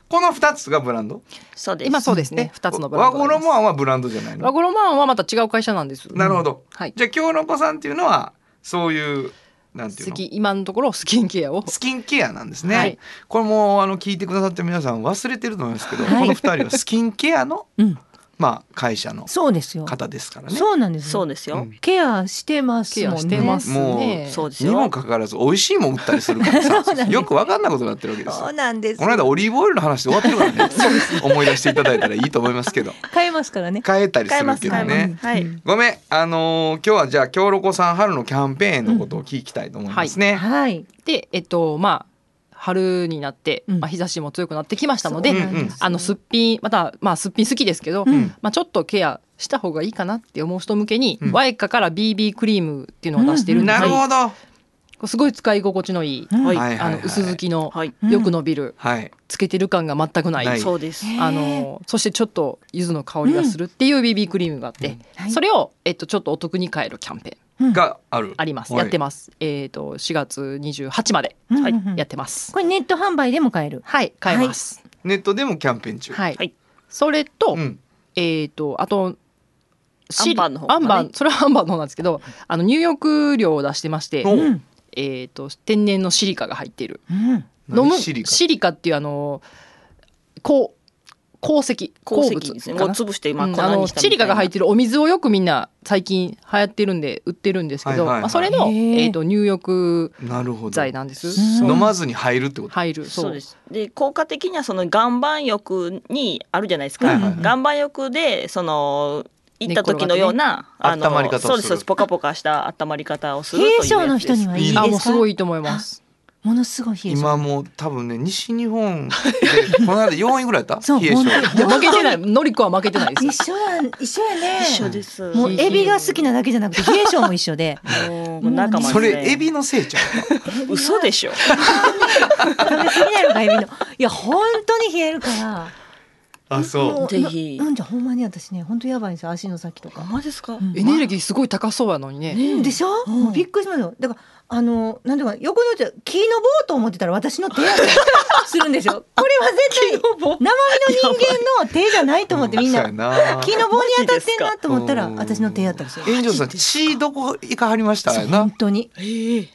Speaker 2: この二つがブランド？
Speaker 5: そうです。
Speaker 6: 今そうですね。二つのブラ
Speaker 2: ワ
Speaker 6: ンドが
Speaker 2: ゴ
Speaker 6: あり
Speaker 2: ロ
Speaker 6: ま
Speaker 2: モア
Speaker 6: す。
Speaker 2: ンはブランドじゃない
Speaker 6: ワ
Speaker 2: の。
Speaker 6: ゴロマンはまた違う会社なんです。
Speaker 2: なるほど。
Speaker 6: はい。
Speaker 2: じゃあ京の子さんっていうのはそういうなんていう
Speaker 6: 好
Speaker 2: の
Speaker 6: き今のところスキンケアを
Speaker 2: スキンケアなんですね、
Speaker 6: はい
Speaker 2: これもあの聞いてくださってる皆さん忘れてると思いますけど、
Speaker 3: はい
Speaker 2: この2人はスキンケアの、
Speaker 3: うん
Speaker 2: まあ、会社 の
Speaker 3: そうですよ。
Speaker 2: 方ですからね。
Speaker 3: そうなんですよ。
Speaker 5: そうですよ。
Speaker 3: ケアしてます
Speaker 6: ケ
Speaker 3: もん
Speaker 6: ア
Speaker 3: ね。
Speaker 6: してますね。
Speaker 5: そうです
Speaker 2: にも
Speaker 5: よ。
Speaker 2: かかわらず美味しいもん売ったりするからさ
Speaker 3: なんです
Speaker 2: よく分かんないことになってるわけです
Speaker 3: そう
Speaker 2: よ。
Speaker 3: なんです
Speaker 2: この。間オリーブオイルの話で終わってるからね思い出していただいたらいいと思いますけど
Speaker 3: 買えますからね。
Speaker 2: 変えたり
Speaker 5: 使
Speaker 2: す
Speaker 5: えま
Speaker 2: る
Speaker 5: す
Speaker 2: け
Speaker 5: 使
Speaker 2: ど
Speaker 5: えます。
Speaker 2: ね。
Speaker 5: はい。
Speaker 2: ごめんあのー今日はじゃあ京ロコさん春のキャンペーンのことを聞きたいと思いますね。
Speaker 3: はい。
Speaker 6: でえっとまあ春になって、
Speaker 3: うん
Speaker 6: まあ、日差しも強くなってきましたの
Speaker 3: そ
Speaker 6: で、
Speaker 3: う
Speaker 2: う
Speaker 3: なんん
Speaker 2: うん
Speaker 3: ですよ
Speaker 6: あのすっぴんまたまあすっぴん好きですけど、
Speaker 2: ん
Speaker 6: まあ、ちょっとケアした方がいいかなって思う人向けに、
Speaker 2: うん
Speaker 6: ワイカから BB クリームっていうのを出してるんです
Speaker 2: な
Speaker 6: け
Speaker 2: る
Speaker 6: ど
Speaker 2: ほど、
Speaker 6: すごい使い心地のいい、
Speaker 3: うん
Speaker 5: はい
Speaker 2: はい
Speaker 6: あの薄付きの、
Speaker 5: はい。
Speaker 3: うん
Speaker 6: よく伸びる
Speaker 2: はい、
Speaker 6: つけてる感が全くない、
Speaker 2: ない
Speaker 5: そうです。
Speaker 6: あのそしてちょっと柚子の香りがするっていう BB クリームがあって、
Speaker 3: はい
Speaker 6: それを、えっと、ちょっとお得に買えるキャンペーン
Speaker 2: がある。
Speaker 6: あります。
Speaker 2: はい
Speaker 6: やってます。えっ、と4月28まで
Speaker 3: うんうんうん
Speaker 6: やってます。
Speaker 3: これネット販売でも買える。
Speaker 6: はい、買えます。
Speaker 2: ネットでもキャンペーン中。
Speaker 6: はい。
Speaker 5: はい
Speaker 6: それと、
Speaker 2: うん、
Speaker 6: えっ、とあとシリ
Speaker 5: アンバーの方
Speaker 6: アンバー
Speaker 5: ね
Speaker 6: それはアンバーの方なんですけど、あの入浴料を出してまして、
Speaker 2: お
Speaker 3: ん
Speaker 6: えっ、と天然のシリカが入っている。
Speaker 3: うん。
Speaker 6: 飲む
Speaker 2: 何シリカ
Speaker 6: っていうあの鉱鉱石鉱
Speaker 5: 鉱
Speaker 6: 物
Speaker 5: 石ですね。
Speaker 6: か
Speaker 5: こう
Speaker 6: な
Speaker 5: 潰して
Speaker 6: う
Speaker 5: 今
Speaker 6: ん
Speaker 5: 粉
Speaker 6: あ
Speaker 5: に
Speaker 6: の
Speaker 5: したみたいな。
Speaker 6: チリカが入ってるお水をよくみんな最近流行ってるんで売ってるんですけ
Speaker 2: はいは
Speaker 6: ど、
Speaker 2: いはい
Speaker 6: まあ、それの、
Speaker 3: へー
Speaker 6: えー、と入浴
Speaker 2: なるほど。
Speaker 6: 剤なんです。
Speaker 3: ん
Speaker 2: 飲まずに入るってこと。
Speaker 6: 入る
Speaker 5: そうですで効果的にはその岩盤浴にあるじゃないですか、
Speaker 2: はいはいはい
Speaker 5: 岩盤浴でその行った時のような、
Speaker 2: 寝っ
Speaker 5: あ
Speaker 2: 転がってね
Speaker 5: の
Speaker 2: 温まり方をする
Speaker 5: そうですそうですポカポカした温まり方をするという
Speaker 3: 冷え
Speaker 5: やつです
Speaker 3: 性の人にはいいですか。
Speaker 6: あもうすごいいいと思います。
Speaker 3: ものすごい冷え性。
Speaker 2: 今もう多分ね西日本で この間4位ぐらいだった
Speaker 3: そう
Speaker 2: 冷え性
Speaker 3: 本当
Speaker 6: いや負けてない。のりこは負けてないですよ。
Speaker 3: 一緒やん一緒やね。
Speaker 5: 一緒です
Speaker 3: も
Speaker 5: も
Speaker 3: うエビが好きなだけじゃなくて冷え性も一緒で。
Speaker 5: うもう仲間
Speaker 2: それエビのせいちゃ
Speaker 5: 嘘でしょ
Speaker 3: 食べ過ぎないのかエビの。いや本当に冷えるから。
Speaker 2: うあ
Speaker 3: も
Speaker 5: ぜひ
Speaker 3: ななんじゃほんまに私ね本当やばいんですよ足の先とか。
Speaker 5: マジですか、
Speaker 3: ん
Speaker 6: エネルギーすごい高そうやのにね。
Speaker 3: でしょ、もうびっくりしますよだからあのなんていうか横に置いて木の棒と思ってたら私の手やと するんですよこれは絶対生身の人間の手じゃないと思ってみんな
Speaker 2: そうやな
Speaker 3: 木の棒に当たってんなと思ったら
Speaker 2: うん
Speaker 3: 私の手やったんですよ
Speaker 2: 炎上さん血どこ行かはりましたよな
Speaker 3: 本当に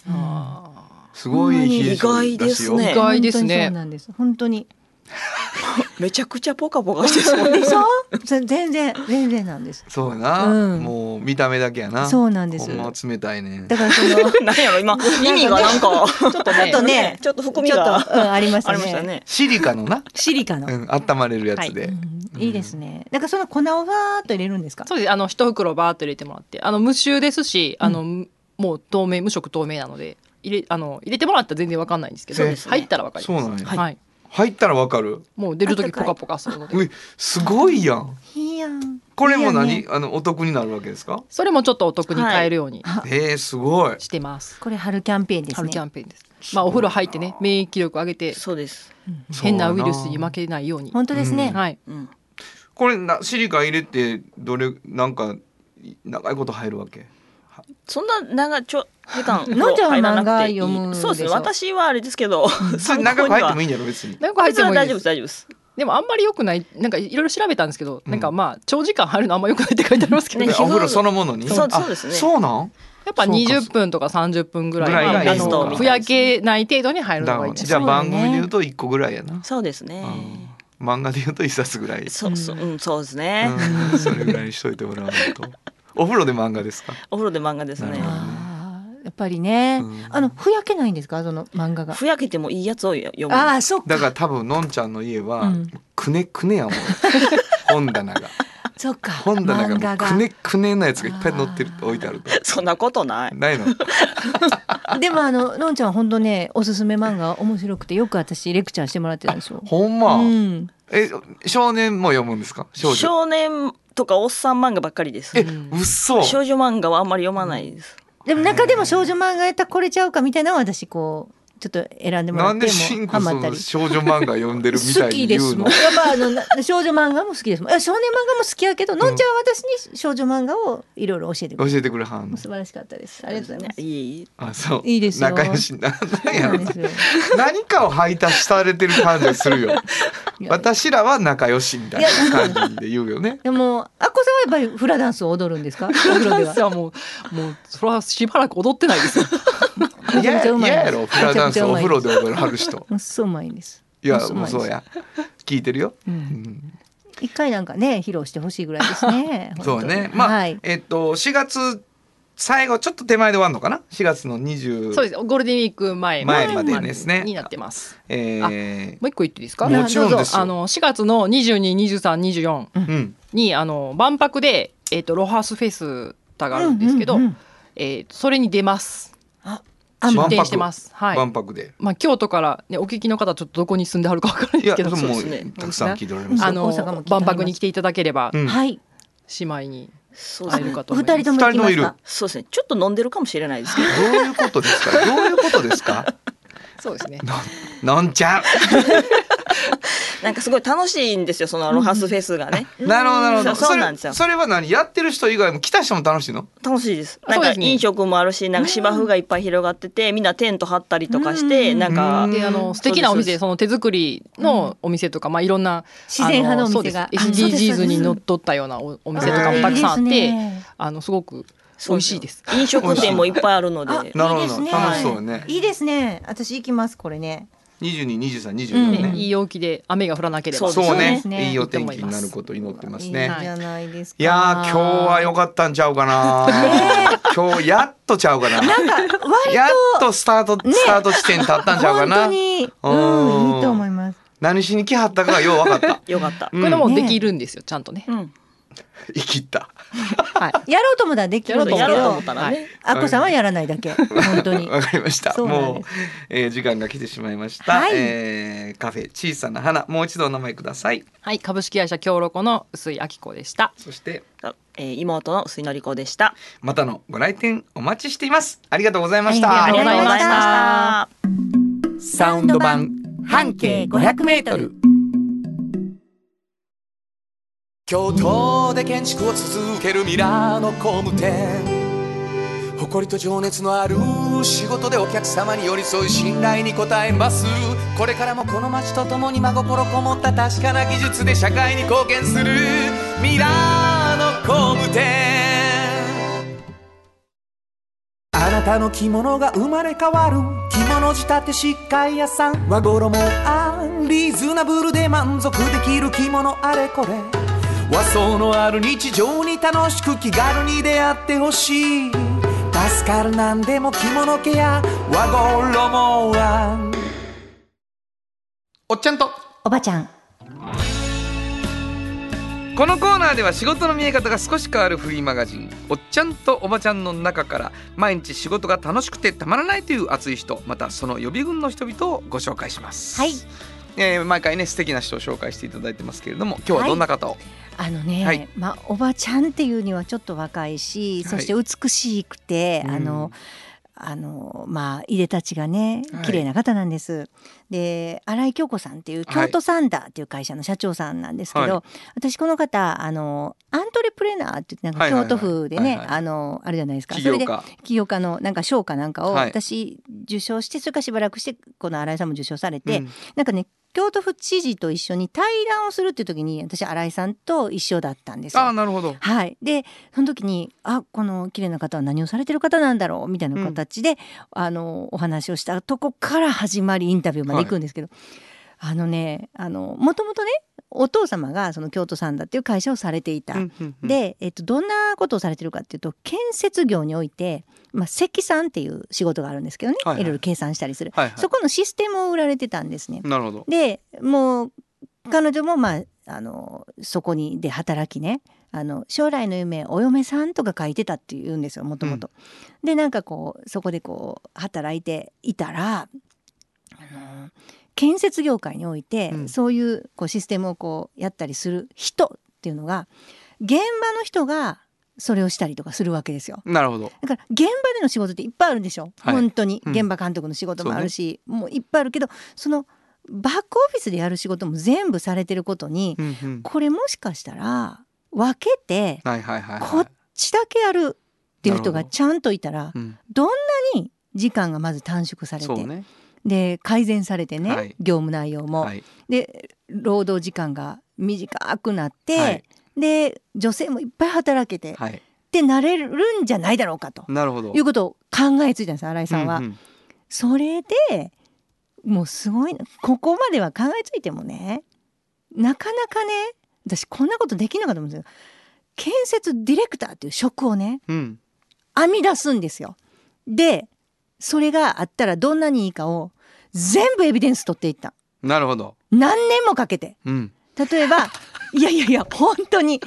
Speaker 6: あー
Speaker 2: すごい冷え性らしいよ
Speaker 5: 意外ですね
Speaker 6: 意外です
Speaker 3: 本当にそう
Speaker 6: ね
Speaker 3: なんです本当に
Speaker 5: めちゃくちゃポカポカしてそう
Speaker 3: で
Speaker 5: で
Speaker 3: し
Speaker 5: す
Speaker 3: ょ 全然全然なんです
Speaker 2: そうやな、
Speaker 3: うん
Speaker 2: もう見た目だけやな
Speaker 3: そうなんです
Speaker 2: ほんま冷たいね
Speaker 3: だからそ の
Speaker 5: なんや ろ今意味がなんか
Speaker 6: ちょっと
Speaker 3: ちょっとね
Speaker 5: ちょっと含み
Speaker 3: ちょ
Speaker 5: が
Speaker 3: っと、うんありました
Speaker 5: あり
Speaker 3: ね
Speaker 5: ましたね
Speaker 2: シリカの な、
Speaker 3: シリカの、
Speaker 2: うん、温まれるやつで、
Speaker 3: うんいいですねだからその粉をわーっと入れるんですか
Speaker 6: そうですあの一袋バーっと入れてもらってあの無臭ですしあの、もう透明無色透明なので入れあの入れてもらったら全然わかんないんですけど
Speaker 2: そうです
Speaker 5: ね
Speaker 6: 入ったらわかります
Speaker 2: そうなんや
Speaker 6: はい、
Speaker 2: 入ったらわかる
Speaker 6: もう出る時ポカポカするので
Speaker 2: ういすごいやん
Speaker 3: いいやん
Speaker 2: これも何
Speaker 3: いいやんね
Speaker 2: あのお得になるわけですか
Speaker 6: それもちょっとお得に買えるように
Speaker 3: はい
Speaker 2: えー、すごい
Speaker 6: してます、
Speaker 3: これ春キャンペーンですね
Speaker 6: 春キャンペーンですまあお風呂入ってね免疫力上げて
Speaker 5: そうです
Speaker 6: 変なウイルスに負
Speaker 2: け
Speaker 6: けないように
Speaker 3: 本当ですね、
Speaker 6: はい
Speaker 5: うん
Speaker 2: これなシリカ入れてどれなんかい長いこと入るわけ
Speaker 5: そんな長いちょ時間
Speaker 3: なんであんな
Speaker 5: 入らなくていい
Speaker 3: 長い読むんでしょ
Speaker 5: そうですね私はあれですけ ど
Speaker 2: それ
Speaker 5: 参
Speaker 2: 長く
Speaker 5: 考に
Speaker 2: 入っても
Speaker 5: はい
Speaker 2: いんやろ別に
Speaker 6: なんか入ってもいい
Speaker 5: 大
Speaker 6: で
Speaker 5: 丈夫
Speaker 6: す
Speaker 5: です大丈夫です
Speaker 6: でもあんまり良くないなんかいろいろ調べたんですけど、
Speaker 2: うん
Speaker 6: なんかまあ長時間入るのあんま良くないって書いてありますけど、
Speaker 5: ね
Speaker 2: で
Speaker 5: 日
Speaker 2: お
Speaker 5: 頃
Speaker 2: 風呂そのものに
Speaker 5: そう
Speaker 2: あ
Speaker 5: そうですね
Speaker 2: そうなん
Speaker 6: やっぱ
Speaker 2: そうかそう
Speaker 6: 20分とか30分ぐらい
Speaker 2: ぐら
Speaker 5: いがいい
Speaker 6: あ
Speaker 5: のか
Speaker 6: のふやけない程度に入る
Speaker 2: だ
Speaker 6: の
Speaker 2: から
Speaker 6: が一
Speaker 2: じゃ
Speaker 6: 番
Speaker 2: あ番組で言うと一個ぐらいやな、
Speaker 5: そうですね
Speaker 2: うん漫画で言うと一冊ぐらい、
Speaker 5: そうそううんそうですね
Speaker 2: うんそれぐらいにしといてもらわないとお風呂で漫画ですか
Speaker 5: お風呂で漫画です
Speaker 2: な
Speaker 5: ね
Speaker 2: るほど
Speaker 3: あーやっぱりね、
Speaker 2: うん
Speaker 3: あのふやけないんですかその漫画が
Speaker 5: ふやけてもいいやつを読む
Speaker 3: ああそっか
Speaker 2: だから多分のんちゃんの家は、
Speaker 3: うん
Speaker 2: くねくねやもん本棚が
Speaker 3: そっか
Speaker 2: 本棚が
Speaker 3: 漫
Speaker 2: も
Speaker 3: 画
Speaker 2: うくねくねなやつがいっぱい載ってる
Speaker 3: あー
Speaker 2: 置いてあると
Speaker 5: そんなことない
Speaker 2: ないの
Speaker 3: でもあののんちゃんは本当ねおすすめ漫画面白くてよく私レクチャーしてもらってたんですよ。
Speaker 2: ほんま、
Speaker 3: うん、
Speaker 2: え少年も読むんですか少女
Speaker 5: 少年とかおっさん漫画ばっかりです
Speaker 2: え嘘
Speaker 5: 少女漫画はあんまり読まないです
Speaker 3: でも中でも少女漫画やったらこれちゃうかみたいなのを私こうちょっと選んでもら
Speaker 2: な
Speaker 3: っ
Speaker 2: ん
Speaker 3: て
Speaker 2: で
Speaker 3: も
Speaker 2: シン
Speaker 3: ハ
Speaker 2: コ
Speaker 3: マ
Speaker 2: そ
Speaker 3: った
Speaker 2: の
Speaker 3: り。
Speaker 2: 少女漫画読んでるみた
Speaker 3: 好
Speaker 2: いに
Speaker 3: きで
Speaker 2: 言
Speaker 3: す
Speaker 2: う
Speaker 3: も
Speaker 2: の
Speaker 3: ん。やっぱあのな少女漫画も好きですもん。いや少年漫画も好きやけど、のんちゃんは私に少女漫画をいろいろ教えてくれ
Speaker 2: 教
Speaker 3: る。
Speaker 2: えてくれはんの
Speaker 3: 素晴らしかったです。ありがとうございます。
Speaker 5: いえいえ
Speaker 2: あそう
Speaker 3: いいですよ
Speaker 2: 仲良しななんや
Speaker 3: そ
Speaker 2: ろ
Speaker 3: うなんですよ
Speaker 2: 何かを配達されてる感じがするよ
Speaker 3: いや
Speaker 2: 私らは仲良しみたいな感じで言うよ ね
Speaker 3: でもあっこさんはやっぱりフラダンスを踊るんですか？お風呂では
Speaker 6: ダンスはもうもうそれはしばらく踊ってないですよ
Speaker 3: めちゃ
Speaker 2: 嫌
Speaker 3: めちゃ
Speaker 2: や
Speaker 3: うまい
Speaker 2: 嫌やろフラダンスお風呂で踊るはる人
Speaker 3: うんそううまいんです。
Speaker 2: いや
Speaker 3: そう
Speaker 2: も
Speaker 3: ま
Speaker 2: う
Speaker 3: いです
Speaker 2: そうや聞いてるよ、
Speaker 3: う
Speaker 2: うんん、。
Speaker 3: 一回なんかね披露してほしいぐらいですね
Speaker 2: そう
Speaker 3: 本
Speaker 2: ね
Speaker 3: 当に
Speaker 2: まあ、
Speaker 3: はい。
Speaker 2: えっと4月最後ちょっと手前で終わるのかな4月の20
Speaker 6: そうですゴールデンウィーク前
Speaker 2: 前までですね
Speaker 6: になってます
Speaker 2: え
Speaker 6: もう一個言っていいですか
Speaker 2: もちろんですよ
Speaker 6: あの4月の222324
Speaker 2: ーうん
Speaker 6: にあの万博で、えっとロハスフェスタがあるんですけ
Speaker 3: う
Speaker 6: ど、
Speaker 3: んうんうん
Speaker 6: えーそれに出ます
Speaker 3: あ
Speaker 6: 出
Speaker 2: 万
Speaker 6: 展して
Speaker 2: 博
Speaker 6: ますはい
Speaker 2: 万博で
Speaker 6: まあ京都からねお聞きの方ちょっとどこに住んであるかわからない
Speaker 2: い
Speaker 6: で
Speaker 2: や
Speaker 6: すけ
Speaker 2: で
Speaker 6: ど
Speaker 2: も
Speaker 5: そうですね
Speaker 2: たくさん聞いておられます
Speaker 6: あ
Speaker 2: よ
Speaker 6: の
Speaker 3: 大阪も聞いてあります
Speaker 6: 万博に来ていただければ
Speaker 2: うん
Speaker 3: はい。
Speaker 6: 姉妹に
Speaker 5: そうです
Speaker 6: 会える
Speaker 5: ね
Speaker 6: かと思います、
Speaker 3: 二人とも行
Speaker 2: 二
Speaker 3: きま
Speaker 2: 人ともい
Speaker 3: し
Speaker 2: る
Speaker 3: た。
Speaker 5: そうですねちょっと飲んでるかもしれな いですけど
Speaker 2: どういうことですかどういうことです か
Speaker 6: そうですね
Speaker 2: のんちゃん
Speaker 5: なんかすごい楽しいんですよそのロハスフェスがね
Speaker 2: なるほどなるほど
Speaker 5: そうそうなんですよ
Speaker 2: それそれは何やってる人以外も来た人も楽しいの
Speaker 5: 楽しいです
Speaker 6: あ
Speaker 5: なん
Speaker 6: そう
Speaker 5: か
Speaker 6: ですね
Speaker 5: 飲食もあるしなんか芝生がいっぱい広がっててみんなテント張ったりとかしてなんか
Speaker 2: うん
Speaker 6: であの素敵なお
Speaker 5: そうで
Speaker 6: 店
Speaker 5: す
Speaker 6: その手作りのお店とか、まあいろんな
Speaker 3: 自然派のお店が
Speaker 6: あの
Speaker 3: あ
Speaker 6: そう
Speaker 3: そう
Speaker 6: です
Speaker 3: ですそうです
Speaker 6: SDGs にのっとったようなおお店とかもたくさんあっ
Speaker 3: いいです
Speaker 6: て
Speaker 3: ね
Speaker 6: あのすごく美味しいです。
Speaker 5: 飲食店もいっぱいあるので
Speaker 2: なるほど
Speaker 3: いいですね
Speaker 2: 楽しそうやね
Speaker 3: いいですね。私行きますこれね。
Speaker 2: 二十二、二十三、二十
Speaker 3: う
Speaker 2: 四
Speaker 3: ん
Speaker 2: ね。
Speaker 6: いい陽気で雨が降らなければ
Speaker 2: そうね
Speaker 3: そうですね
Speaker 2: いいお天気になることを祈ってますね。
Speaker 3: いい
Speaker 6: はい
Speaker 3: じゃないですか。
Speaker 2: いやー今日は良かったんちゃうか な。今日やっとちゃうかな。
Speaker 3: なんか割
Speaker 2: やっとスタート、スタート地点に立ったんちゃうか
Speaker 3: 本当
Speaker 2: な。
Speaker 3: に
Speaker 2: うん
Speaker 3: うんいいと思います。
Speaker 2: 何しに来はったかがようわかっ た。
Speaker 5: よかった
Speaker 2: う
Speaker 6: これ
Speaker 2: ん、
Speaker 6: もできるんですよちゃんとね。
Speaker 5: うん
Speaker 2: 生きった。
Speaker 6: はい
Speaker 3: やろうと思ったらできるんですけ
Speaker 6: や
Speaker 5: やろ
Speaker 6: ろ
Speaker 5: う
Speaker 6: う
Speaker 5: と
Speaker 6: と
Speaker 5: 思
Speaker 3: ど
Speaker 5: っ
Speaker 6: 思、たら
Speaker 5: たらね
Speaker 6: ね
Speaker 3: あっこさんはやらないだけ本当 に
Speaker 2: わ。かりました。
Speaker 3: そうなん
Speaker 2: も
Speaker 3: で
Speaker 2: う、えー時間が来てしまいました。
Speaker 3: はい
Speaker 2: えーカフェ小さな花、もう一度お名前ください。
Speaker 6: はい株式会社京ロコの薄井明子でした。
Speaker 2: そして、
Speaker 5: えー妹の薄いのりこでした
Speaker 2: またのご来店お待ちしています。ありがとうございました。
Speaker 3: はいありがとうございました
Speaker 2: サウンド版半径500メートル
Speaker 4: 京都で建築を続けるミラーの工務店誇りと情熱のある仕事でお客様に寄り添い信頼に応えますこれからもこの街とともに真心こもった確かな技術で社会に貢献するミラーの工務店あなたの着物が生まれ変わる着物仕立て疾患屋さん和衣あんリーズナブルで満足できる着物あれこれ和装のある日常に楽しく気軽に出会ってほしい助かるなんでも着物ケア和衣あん
Speaker 2: おっちゃんと
Speaker 3: おばちゃん
Speaker 2: このコーナーでは仕事の見え方が少し変わるフリーマガジン「おっちゃんとおばちゃん」の中から毎日仕事が楽しくてたまらないという熱い人またその予備軍の人々をご紹介します。
Speaker 3: はい
Speaker 2: えー毎回ね素敵な人を紹介していただいてますけれども今日はどんな方を、
Speaker 3: あのね、
Speaker 2: はい
Speaker 3: まあおばちゃんっていうにはちょっと若いし、
Speaker 2: はい
Speaker 3: そして美しくて、
Speaker 2: うん
Speaker 3: あの。あのまあ、いでたちがね
Speaker 2: はい
Speaker 3: 綺麗な方なんです、で新井京子さんっていう
Speaker 2: はい
Speaker 3: 京都サンダーっていう会社の社長さんなんですけど、
Speaker 2: は
Speaker 3: 私この方あのアントレプレナーって言ってなん
Speaker 2: は
Speaker 3: か
Speaker 2: いはいは
Speaker 3: 京
Speaker 2: い
Speaker 3: 都府で
Speaker 2: はい
Speaker 3: ね
Speaker 2: はい
Speaker 3: あのあるじゃないですか
Speaker 2: 起
Speaker 3: それ
Speaker 2: 業
Speaker 3: で
Speaker 2: 家
Speaker 3: 起業家のなんか賞かなんかを
Speaker 2: はい
Speaker 3: 私受賞して、それからしばらくしてこの新井さんも受賞されて、
Speaker 2: うん
Speaker 3: なんかね京都府知事と一緒に対談をするっていう時に私新井さんと一緒だったんです
Speaker 2: ああ
Speaker 3: よ。
Speaker 2: なるほど
Speaker 3: はい、でその時に「あこの綺麗な方は何をされてる方なんだろう」みたいな形で、あのお話をしたとこから始まりインタビューまで行くんですけど、あのねあのもともとねお父様がその京都サンダーっていう会社をされていた、
Speaker 2: うんうんうん
Speaker 3: で、えっと、どんなことをされてるかっていうと建設業において、まあ、積算っていう仕事があるんですけどね、
Speaker 2: はい
Speaker 3: い
Speaker 2: はい
Speaker 3: ろいろ計算したりする、
Speaker 2: はいはい
Speaker 3: そこのシステムを売られてたんですね。
Speaker 2: なるほど
Speaker 3: でもう彼女も、まあ、あのそこにで働きねあの将来の夢お嫁さんとか書いてたって言うんですよもともと。でなんかこうそこでこう働いていたらあの建設業界において、
Speaker 2: うん
Speaker 3: そういうこうシステムをこうやったりする人っていうのが現場の人がそれをしたりとかするわけですよ。
Speaker 2: なるほど
Speaker 3: だから現場での仕事っていっぱいあるんでしょ、
Speaker 2: はい
Speaker 3: 本当に
Speaker 2: うん
Speaker 3: 現場監督の仕事もあるし、もういっぱいあるけどそのバックオフィスでやる仕事も全部されてることに、
Speaker 2: うんうん
Speaker 3: これもしかしたら分けて
Speaker 2: はいはいはい
Speaker 3: こ
Speaker 2: は
Speaker 3: っちだけやるっていう人
Speaker 2: なる
Speaker 3: が
Speaker 2: ほど
Speaker 3: ちゃんといたら
Speaker 2: い、うん、
Speaker 3: どんなに時間がまず短縮されて、
Speaker 2: そうね
Speaker 3: で改善されてね、
Speaker 2: はい
Speaker 3: 業務内容も、
Speaker 2: はい
Speaker 3: で労働時間が短くなって、
Speaker 2: はい
Speaker 3: で女性もいっぱい働けて、
Speaker 2: はい
Speaker 3: ってなれるんじゃないだろうかと。
Speaker 2: なるほど
Speaker 3: いうことを考えついたんです新井さんは。
Speaker 2: うう
Speaker 3: それでもうすごいなここまでは考えついてもねなかなかね私こんなことできなかったと思うんですよ建設ディレクターっていう職をね
Speaker 2: うん
Speaker 3: 編み出すんですよ。でそれがあったらどんなにいいかを全部エビデンス取っていった
Speaker 2: なるほど
Speaker 3: 何年もかけて
Speaker 2: うん
Speaker 3: 例え ばいやいやいや本当に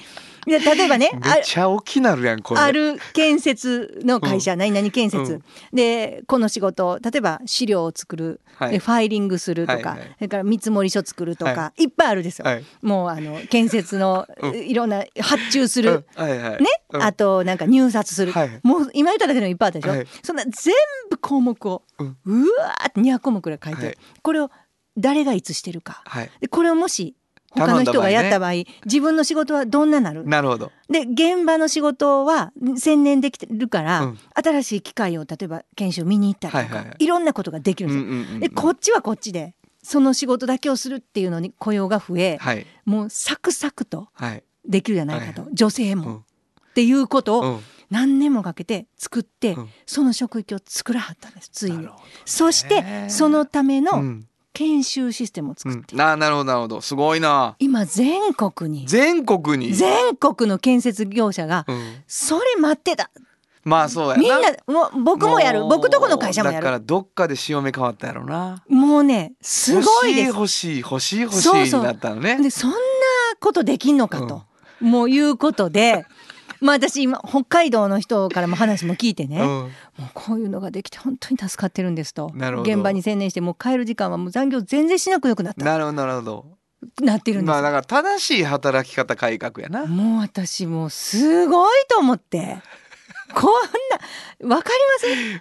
Speaker 3: いや例えばね
Speaker 2: め
Speaker 3: あ
Speaker 2: っちゃ大きなるやんこれ
Speaker 3: ある建設の会社、何々建設、
Speaker 2: うん
Speaker 3: でこの仕事例えば資料を作る、
Speaker 2: はい
Speaker 3: でファイリングするとか、
Speaker 2: はいはい
Speaker 3: それから見積書作るとか、、
Speaker 2: はい
Speaker 3: っぱいあるですよ、
Speaker 2: はい
Speaker 3: もうあの建設の、
Speaker 2: うん
Speaker 3: いろんな発注する、
Speaker 2: うんはいはい
Speaker 3: ね、
Speaker 2: うん
Speaker 3: あとなんか入札する、
Speaker 2: はい
Speaker 3: もう今言っただけでもいっぱいあったでしょ、
Speaker 2: はい
Speaker 3: そんな全部項目を、
Speaker 2: う
Speaker 3: うんわーって200項目ぐらい書いて、
Speaker 2: はい
Speaker 3: これを誰がいつしてるか
Speaker 2: はい
Speaker 3: でこれをもし他の人がやった場合自分の仕事はどんななる
Speaker 2: なるほど
Speaker 3: で現場の仕事は専念できてるから、
Speaker 2: うん
Speaker 3: 新しい機械を例えば研修見に行ったりとか、
Speaker 2: はい
Speaker 3: い
Speaker 2: はい
Speaker 3: ろんなことができるんですよ。
Speaker 2: うんうんうん
Speaker 3: でこっちはこっちでその仕事だけをするっていうのに雇用が増え、
Speaker 2: はい
Speaker 3: もうサクサクと
Speaker 2: はい
Speaker 3: できるじゃないかと、
Speaker 2: は
Speaker 3: 女性
Speaker 2: う
Speaker 3: も、
Speaker 2: ん
Speaker 3: っていうこと
Speaker 2: う
Speaker 3: を
Speaker 2: ん
Speaker 3: 何年もかけて作って、
Speaker 2: うん
Speaker 3: その職域を作らはったんですつい
Speaker 2: な
Speaker 3: に
Speaker 2: るほ。ど
Speaker 3: そしてそのため
Speaker 2: う
Speaker 3: の
Speaker 2: ん
Speaker 3: 研修システムを
Speaker 2: う
Speaker 3: 作って、
Speaker 2: んあーなるほどなるほどすごいな
Speaker 3: 今全国に
Speaker 2: 全国に
Speaker 3: 全国の建設業者が、
Speaker 2: うん
Speaker 3: それ待ってた
Speaker 2: まあそうやな
Speaker 3: みんなもう僕もやる
Speaker 2: う
Speaker 3: 僕とこの会社もや
Speaker 2: だから
Speaker 3: る
Speaker 2: どっかで潮目変わったやろな
Speaker 3: もうねすごいです
Speaker 2: 欲しい欲しい欲しい
Speaker 3: そう
Speaker 2: 欲しい
Speaker 3: そう
Speaker 2: になったのね
Speaker 3: でそんなことできんのかと、もういうこと でまあ私今北海道の人からも話も聞いてね、も
Speaker 2: うん
Speaker 3: うこういうのができて本当に助かってるんですと
Speaker 2: なるほど
Speaker 3: 現場に専念してもう帰る時間はもう残業全然しなくよくなったな
Speaker 2: なるほどなるほど
Speaker 3: ってるんです、
Speaker 2: まあだから正しい働き方改革やな
Speaker 3: もう私もうすごいと思 ってこんなわか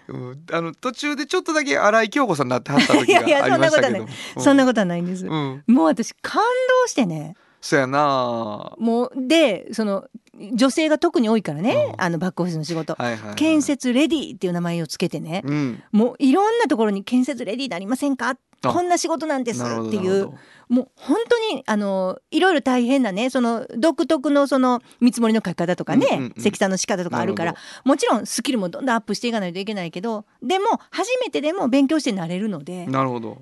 Speaker 3: りま
Speaker 2: うんあの途中でちょっとだけ荒井京子さんになってはった時が
Speaker 3: いやいや
Speaker 2: ありましたけども
Speaker 3: せんそんな
Speaker 2: こ
Speaker 3: ことはないんです、
Speaker 2: うん
Speaker 3: もう私感動してね
Speaker 2: そうやな
Speaker 3: もうでその女性が特に多いからね、
Speaker 2: うん
Speaker 3: あのバックオフィスの仕事、
Speaker 2: はいはいはい
Speaker 3: 建設レディーっていう名前をつけてね、
Speaker 2: うん
Speaker 3: もういろんなところに建設レディーなりませんか
Speaker 2: あ
Speaker 3: こんな仕事なんです
Speaker 2: なるほ
Speaker 3: っ
Speaker 2: ど
Speaker 3: てい
Speaker 2: なる
Speaker 3: う
Speaker 2: ほど
Speaker 3: もう本当にあのいろいろ大変なねその独特のその見積もりの書き方とかね、
Speaker 2: うんうんうん
Speaker 3: 積算の仕方とかあるから
Speaker 2: なる
Speaker 3: もちろんスキルもどんどんアップしていかないといけないけどでも初めてでも勉強してなれるので
Speaker 2: なるほど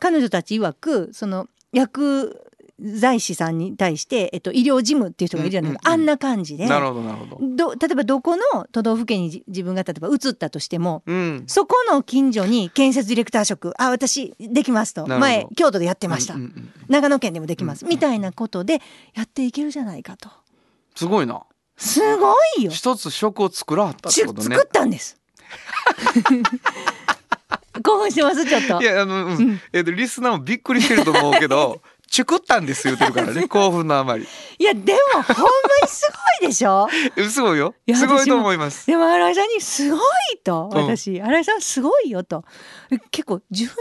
Speaker 3: 彼女たち曰くその薬剤師さんに対して、えっと、医療事務っていう人がいるじゃないですか、
Speaker 2: うんうんうん
Speaker 3: あんな感じで
Speaker 2: なるほどなるほど
Speaker 3: ど例えばどこの都道府県にじ自分が例えば移ったとしても
Speaker 2: うん
Speaker 3: そこの近所に建設ディレクター職あ私できますと
Speaker 2: なるほど
Speaker 3: 前京都でやってました、
Speaker 2: うんうんうん
Speaker 3: 長野県でもできます、
Speaker 2: うん
Speaker 3: みたいなことでやっていけるじゃないかと
Speaker 2: すごいな
Speaker 3: すごいよ、
Speaker 2: 一つ食を作らはったっ
Speaker 3: ち
Speaker 2: て
Speaker 3: ゅ
Speaker 2: ことね
Speaker 3: 作ったんです 興奮してますちょっと
Speaker 2: いやあの、うん
Speaker 3: うん
Speaker 2: えっとリスナーもびっくりしてると思うけ どチュクったんです言ってるからね興奮のあまり
Speaker 3: いやでもほんまにすごいでしょ
Speaker 2: えすごいよ
Speaker 3: いや
Speaker 2: すごいと思います
Speaker 3: でも新井さんに「すごい!」と
Speaker 2: うん
Speaker 3: 私、新井さんすごいよと結構10年ぐ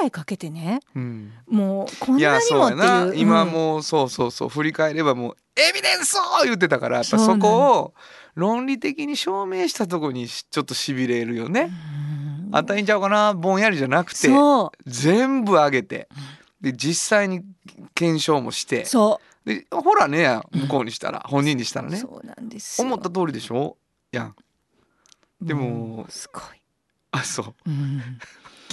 Speaker 3: らいかけてね
Speaker 2: うん
Speaker 3: もうこん
Speaker 2: いや
Speaker 3: なにも
Speaker 2: そ
Speaker 3: っ
Speaker 2: う
Speaker 3: て
Speaker 2: や
Speaker 3: いう
Speaker 2: な今
Speaker 3: うん
Speaker 2: もうそうそうそう振り返ればもうエビデンスを言ってたからやっぱ
Speaker 3: そうな
Speaker 2: そ
Speaker 3: の
Speaker 2: こを論理的に証明したとこにしちょっとしびれるよね。あんたいいんちゃうかなぼんやりじゃなくて
Speaker 3: そ
Speaker 2: 全部上げてで実際に検証もして
Speaker 3: うそ
Speaker 2: でほらねや向こうにしたら本人にしたら
Speaker 3: う、
Speaker 2: ね
Speaker 3: そうなんですよ
Speaker 2: 思った通りでしょやんでも
Speaker 3: うんすごい、
Speaker 2: あそう
Speaker 3: うん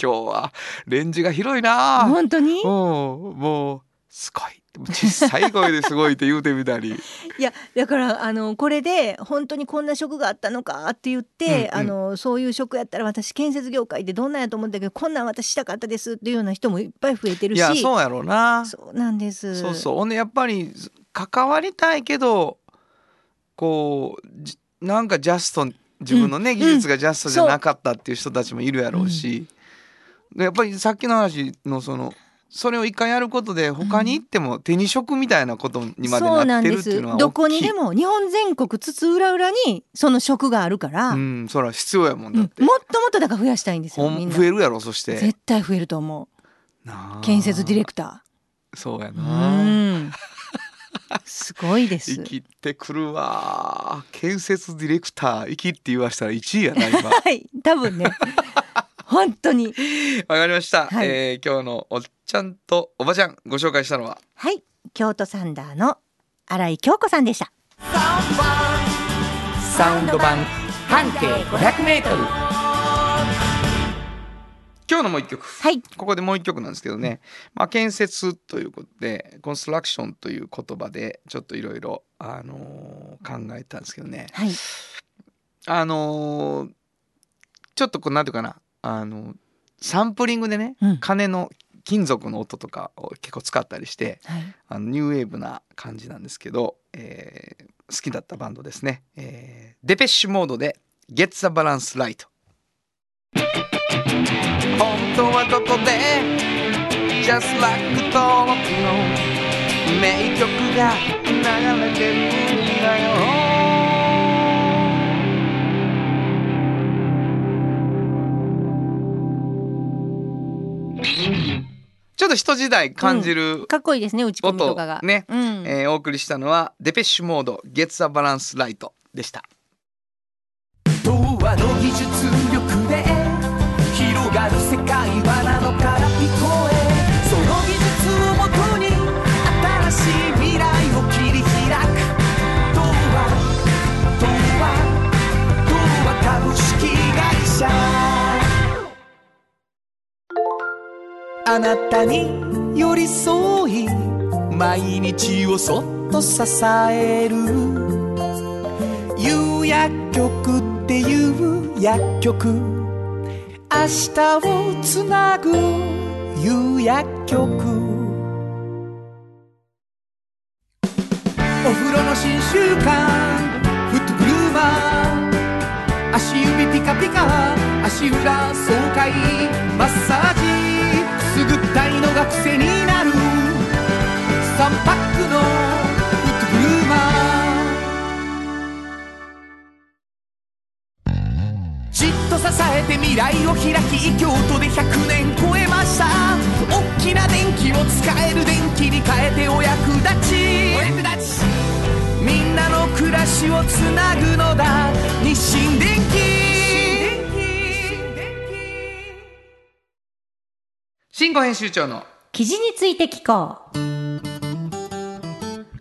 Speaker 2: 今日はレンジが広いなうん
Speaker 3: 本当に
Speaker 2: もうすごいでも小さい声ですごいって言うてみたり
Speaker 3: いやだからあのこれで本当にこんな職があったのかって言って、
Speaker 2: うんうん
Speaker 3: あのそういう職やったら私建設業界でどんなんやと思ったけどこんなん私したかったですっていうような人もいっぱい増えてる
Speaker 2: い
Speaker 3: し
Speaker 2: やそうやろうな
Speaker 3: そうなんです
Speaker 2: そうそうほんでやっぱり関わりたいけどこうじなんかジャスト自分のね、
Speaker 3: ん
Speaker 2: 技術がジャストじゃなかったっていう人たちもいるやろうし、でやっぱりさっきの話のそのそれを一回やることで他に行っても手に職みたいなことにま
Speaker 3: そう
Speaker 2: でなっ
Speaker 3: なん
Speaker 2: て
Speaker 3: で
Speaker 2: るってい
Speaker 3: す
Speaker 2: うのは大きい
Speaker 3: どこにでも日本全国津々浦々にその職があるから、
Speaker 2: う
Speaker 3: うん
Speaker 2: んそら必要やもんだ
Speaker 3: も
Speaker 2: っ、
Speaker 3: ってともっとだから増やしたいんです
Speaker 2: ほ
Speaker 3: よ
Speaker 2: ん
Speaker 3: みんな
Speaker 2: 増えるやろそして
Speaker 3: 絶対増えると思
Speaker 2: なあ
Speaker 3: う建設ディレクタ
Speaker 2: そうや
Speaker 3: ーう
Speaker 2: なん
Speaker 3: すごいです
Speaker 2: 生きてくるわ建設ディレクター生きって言わしたら1位やな今
Speaker 3: はい多分ね本当に
Speaker 2: わかりました、
Speaker 3: はい
Speaker 2: えー今日のおっちゃんとおばちゃんご紹介したのは
Speaker 3: はい京都サンダーの新井京子さんでした
Speaker 2: サウンド版半径 500m 今日のもう一曲
Speaker 3: はい
Speaker 2: ここでもう一曲なんですけどね、まあ、建設ということでコンストラクションという言葉でちょっといろいろあのー考えたんですけどね
Speaker 3: はい
Speaker 2: あのーちょっとこうなんていうかなあのサンプリングでね、
Speaker 3: うん
Speaker 2: 鐘の金属の音とかを結構使ったりして
Speaker 3: はい
Speaker 2: あのニューウェーブな感じなんですけど、えー好きだったバンドですね、えーデペッシュモードで「Get the Balance Right」本当はどこで Just like t の名曲が流れてるんだよちょっと人時代感じる、
Speaker 3: かっこいいですね打ち込みとかが
Speaker 2: 音ね
Speaker 3: うん
Speaker 2: えーお送りしたのはデペッシュモード「ゲッツ・ア・バランス・ライト」でした
Speaker 4: 童話の技術力で広がる世界はなのから聞こえその技術をもとに新しい未来を切り開く童話童話童話株式会社あなたに寄り添い毎日をそっと支える有薬局っていう薬局明日をつなぐ有薬局お風呂の新習慣フットグルーマー足指ピカピカ足裏爽快マッサージすぐったいのが癖になる3パックのフットグルーマーじっと支えて未来を開き京都で100年超えました大きな電気を使える電気に変えてお役立ちお役立ちみんなの暮らしをつなぐのだ日清電気
Speaker 2: 「新語編集長の
Speaker 3: 記事について聞こう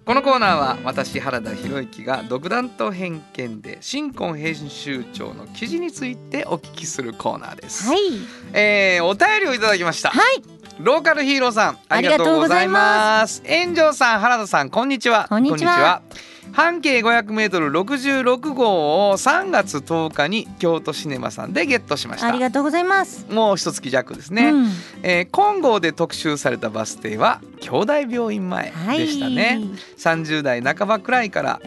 Speaker 2: このコーナーは私原田博之が独断と偏見で新婚編集長の記事についてお聞きするコーナーです、
Speaker 3: はい
Speaker 2: えーお便りをいただきました
Speaker 3: はい
Speaker 2: ローカルヒーローさんありがとうございます炎上さん原田さんこんにちは
Speaker 3: こんにちは
Speaker 2: 半径 500m66 号を3月10日に京都シネマさんでゲットしまし
Speaker 3: あ
Speaker 2: た
Speaker 3: りがとうございます
Speaker 2: もう一月弱ですね、
Speaker 3: うん
Speaker 2: えー金剛で特集されたバス停は兄弟病院前
Speaker 3: はい
Speaker 2: でしたね、30代半ばくらいから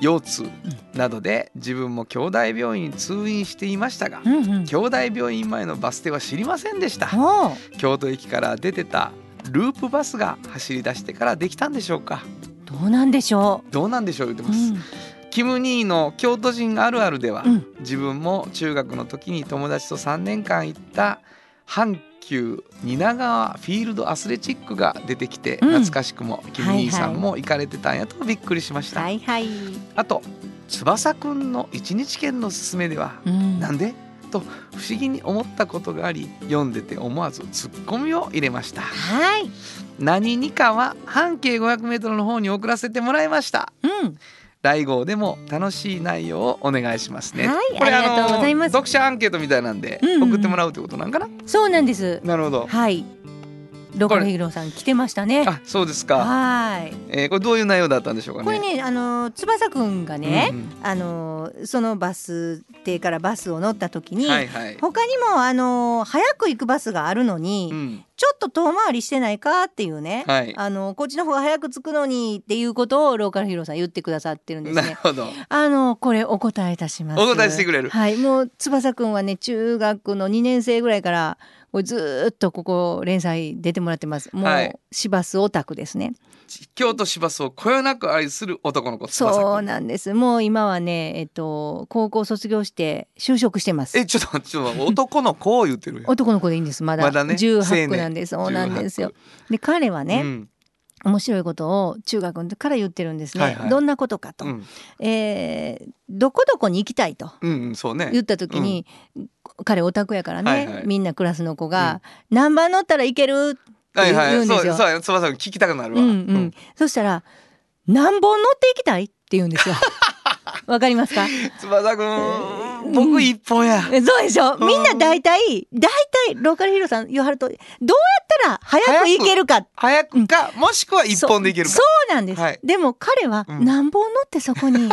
Speaker 2: 腰痛などで自分も兄弟病院に通院していましたが
Speaker 3: うんうん
Speaker 2: 兄弟病院前のバス停は知りませんでした
Speaker 3: おう
Speaker 2: 京都駅から出てたループバスが走り出してからできたんでしょうか
Speaker 3: どうなんでしょ
Speaker 2: どうなんでしょう言って
Speaker 3: う、
Speaker 2: ます、キム・ニーの京都人あるあるでは、
Speaker 3: うん
Speaker 2: 自分も中学の時に友達と3年間行った阪急蜷川フィールドアスレチックが出てきて
Speaker 3: うん
Speaker 2: 懐かしくも、キム・ニーさ
Speaker 3: はいは
Speaker 2: ん
Speaker 3: い
Speaker 2: も行かれてたんやとびっくりしました、
Speaker 3: はいはい、
Speaker 2: あと翼くんの一日券のすすめでは
Speaker 3: うん
Speaker 2: なんでと不思議に思ったことがあり読んでて思わずツッコミを入れました
Speaker 3: はい
Speaker 2: 何にかは半径 500m の方に送らせてもらいました
Speaker 3: うん
Speaker 2: 来号でも楽しい内容をお願いしますね。
Speaker 3: はい
Speaker 2: これ
Speaker 3: ありがとうございま
Speaker 2: あの
Speaker 3: す
Speaker 2: 読者アンケートみたいなんで
Speaker 3: うんうん
Speaker 2: 送ってもらうってことなんかな。
Speaker 3: そうなんです
Speaker 2: なるほど。
Speaker 3: はいロコヒーローさん来てましたね
Speaker 2: あ、そうですか。
Speaker 3: はい
Speaker 2: えー、これどういう内容だったんでしょうかね。
Speaker 3: これねあの翼くんがね、
Speaker 2: うんうん
Speaker 3: あのそのバス停からバスを乗った時に、
Speaker 2: はいはい。
Speaker 3: 他にもあの早く行くバスがあるのに、
Speaker 2: うん。
Speaker 3: ちょっと遠回りしてないかっていうね、
Speaker 2: はい。
Speaker 3: あのこっちの方が早く着くのにっていうことをローカルヒーローさん言ってくださってるんです
Speaker 2: なる
Speaker 3: ね。
Speaker 2: ほど。
Speaker 3: あのこれお答えいたします。
Speaker 2: お答えしてくれる
Speaker 3: はい、もう翼くんはね中学の2年生ぐらいからこれずーっとここ連載出てもらってます。も
Speaker 2: はいう
Speaker 3: 市バスオタクですね。
Speaker 2: 京都市バスをこよなく愛する男の子。翼
Speaker 3: そう
Speaker 2: 君
Speaker 3: なんです。もう今はねえっと高校卒業して就職してます。
Speaker 2: え、ちょっと待って、ちょっと待って男の子を言ってるやん。
Speaker 3: 男の子でいいんですまだ
Speaker 2: まだね
Speaker 3: 18
Speaker 2: 青
Speaker 3: 区
Speaker 2: 年
Speaker 3: なんですそうなんですよ
Speaker 2: 18。
Speaker 3: で彼は
Speaker 2: う
Speaker 3: ね、
Speaker 2: ん。
Speaker 3: 面白いことを中学の時から言ってるんですね、
Speaker 2: はいはい
Speaker 3: どんなことか
Speaker 2: う
Speaker 3: と、
Speaker 2: ん。
Speaker 3: えーどこどこに行きたいと
Speaker 2: うんうん、そうね。
Speaker 3: 言った時に、彼オタクやからね、
Speaker 2: はいはい
Speaker 3: みんなクラスの子が「何番乗ったらいける?」
Speaker 2: はいは
Speaker 3: 言うん
Speaker 2: い。
Speaker 3: です
Speaker 2: そ
Speaker 3: よ
Speaker 2: う、そうや、翼君聞きたくなる
Speaker 3: う
Speaker 2: わ。
Speaker 3: んうん。そしたら「何本乗っていきたい?」って言うんで すよ。わかりますか
Speaker 2: 翼
Speaker 3: う
Speaker 2: 君、
Speaker 3: ん
Speaker 2: 僕一本や。
Speaker 3: えそうでしょみんな大体大体ローカルヒーローさん言わはるとどうやったら早く行けるか
Speaker 2: 早くか、もしくは一本でいけるか
Speaker 3: そ。うなんです、
Speaker 2: はい
Speaker 3: でも彼は
Speaker 2: うん
Speaker 3: 何本乗ってそこに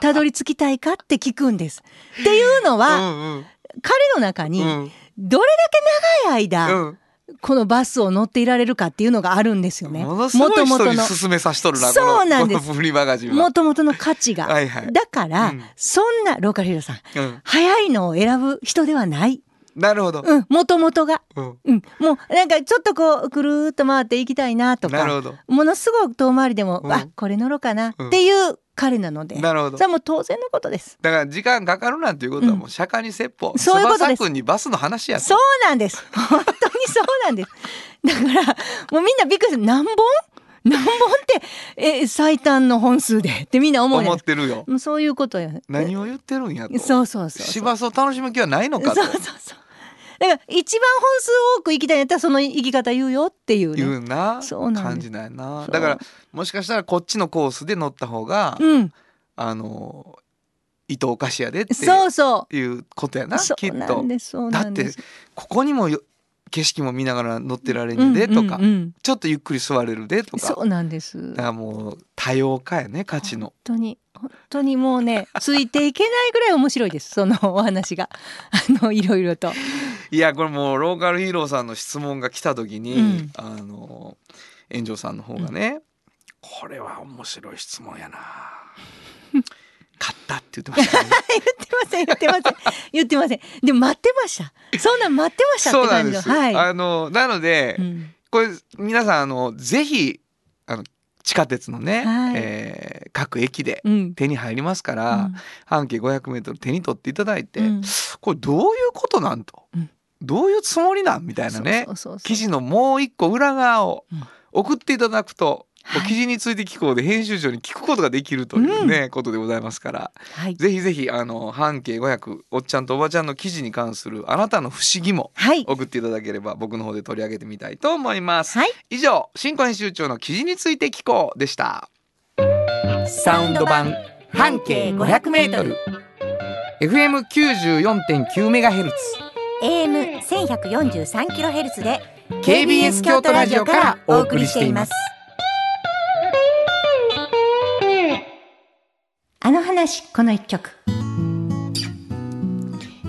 Speaker 3: たどり着きたいかって聞くんです。っていうのは、
Speaker 2: うん
Speaker 3: 彼の中に
Speaker 2: うん。
Speaker 3: どれだけ長い間、
Speaker 2: うん
Speaker 3: このバスを乗っていられるかっていうのがあるんですよね。
Speaker 2: ものすごい
Speaker 3: 元
Speaker 2: 人
Speaker 3: 々
Speaker 2: に
Speaker 3: の
Speaker 2: 勧めさしとるなこ
Speaker 3: そうな
Speaker 2: の
Speaker 3: んです
Speaker 2: このフリーマガジンは。
Speaker 3: 元々の価値が。
Speaker 2: はいはい
Speaker 3: だから、
Speaker 2: うん
Speaker 3: そんなローカルヒーローさん
Speaker 2: うん、
Speaker 3: 早いのを選ぶ人ではない。
Speaker 2: なるほど。
Speaker 3: うん、もともとが。
Speaker 2: うん
Speaker 3: うん、もうなんかちょっとこうぐるーっと回っていきたいなと
Speaker 2: なる
Speaker 3: か
Speaker 2: ほど。
Speaker 3: ものすごく遠回りでも、
Speaker 2: うん
Speaker 3: あこれ乗ろうかなっ
Speaker 2: うん
Speaker 3: ていう彼なので、
Speaker 2: なるほど
Speaker 3: それ。はもう当然のことです。
Speaker 2: だから時間かかるなんていうことはもう釈迦に説法。
Speaker 3: そういうことです
Speaker 2: 翼君にバスの話やと
Speaker 3: そうなんです。 本当にそうなんです。だから、もうみんなびっくりする。何本何本って、え、最短の本数でってみんな思うじゃ
Speaker 2: 思
Speaker 3: ない
Speaker 2: っ
Speaker 3: です
Speaker 2: てるよ
Speaker 3: か。。もうそういうことよ。
Speaker 2: 何を言ってるんやと。
Speaker 3: そうそうそう。
Speaker 2: 市バスを楽しむ気はないのかと
Speaker 3: そうそうそう。だから、一番本数多く行きたいんやったら、その行き方言うよっていう
Speaker 2: い
Speaker 3: ね。
Speaker 2: うな
Speaker 3: そうなんです
Speaker 2: 感じないな。
Speaker 3: そう
Speaker 2: だからもしかしたらこっちのコースで乗った方が、
Speaker 3: うん。
Speaker 2: あの伊藤菓子屋でって
Speaker 3: そうそ
Speaker 2: いうことや
Speaker 3: う。
Speaker 2: な
Speaker 3: そ
Speaker 2: きっ
Speaker 3: うな
Speaker 2: と
Speaker 3: ん。です。そう
Speaker 2: だ
Speaker 3: な
Speaker 2: っ
Speaker 3: ん
Speaker 2: て
Speaker 3: です。
Speaker 2: ここにもよ景色も見ながら乗ってられるでとか、
Speaker 3: うんうんうん
Speaker 2: ちょっとゆっくり座れるでとか
Speaker 3: そうなんです。
Speaker 2: だからもう多様化やね価値の
Speaker 3: 本当に本当にもうねついていけないぐらい面白いですそのお話があのいろいろと
Speaker 2: いやこれもうローカルヒーローさんの質問が来た時に、
Speaker 3: うん
Speaker 2: あの炎上さんの方がね、これは面白い質問 やな買ったって言ってました ね
Speaker 3: 言ってません言ってません言ってませんでも待ってましたそんなん待ってましたっ
Speaker 2: そ
Speaker 3: て
Speaker 2: うなん
Speaker 3: 感じ
Speaker 2: で
Speaker 3: の
Speaker 2: す、
Speaker 3: はい、
Speaker 2: あのなので、
Speaker 3: うん
Speaker 2: これ皆さんあのぜひあの地下鉄のね、
Speaker 3: はい
Speaker 2: えー各駅で
Speaker 3: うん
Speaker 2: 手に入りますから、半径 500m 手に取っていただいて、
Speaker 3: うん
Speaker 2: これどういうことなんと、
Speaker 3: うん
Speaker 2: どういうつもりなんみたいなね
Speaker 3: そうそうそうそう
Speaker 2: 記事のもう一個裏側を
Speaker 3: うん
Speaker 2: 送っていただくと
Speaker 3: はい
Speaker 2: 記事について機構で編集長に聞くことができるというね、ことでございますから
Speaker 3: はい、
Speaker 2: ぜひぜひあの半径500おっちゃんとおばちゃんの記事に関するあなたの不思議も
Speaker 3: はい、
Speaker 2: 送っていただければ僕の方で取り上げてみたいと思います。
Speaker 3: はい
Speaker 2: 以上新婚編集長の記事について聞こうでした
Speaker 3: サウンド版半径 500m
Speaker 2: FM94.9 メガヘルツ
Speaker 3: AM 1143キロヘルツで
Speaker 2: KBS 京都ラジオからお送りしています。
Speaker 3: あの話この一曲。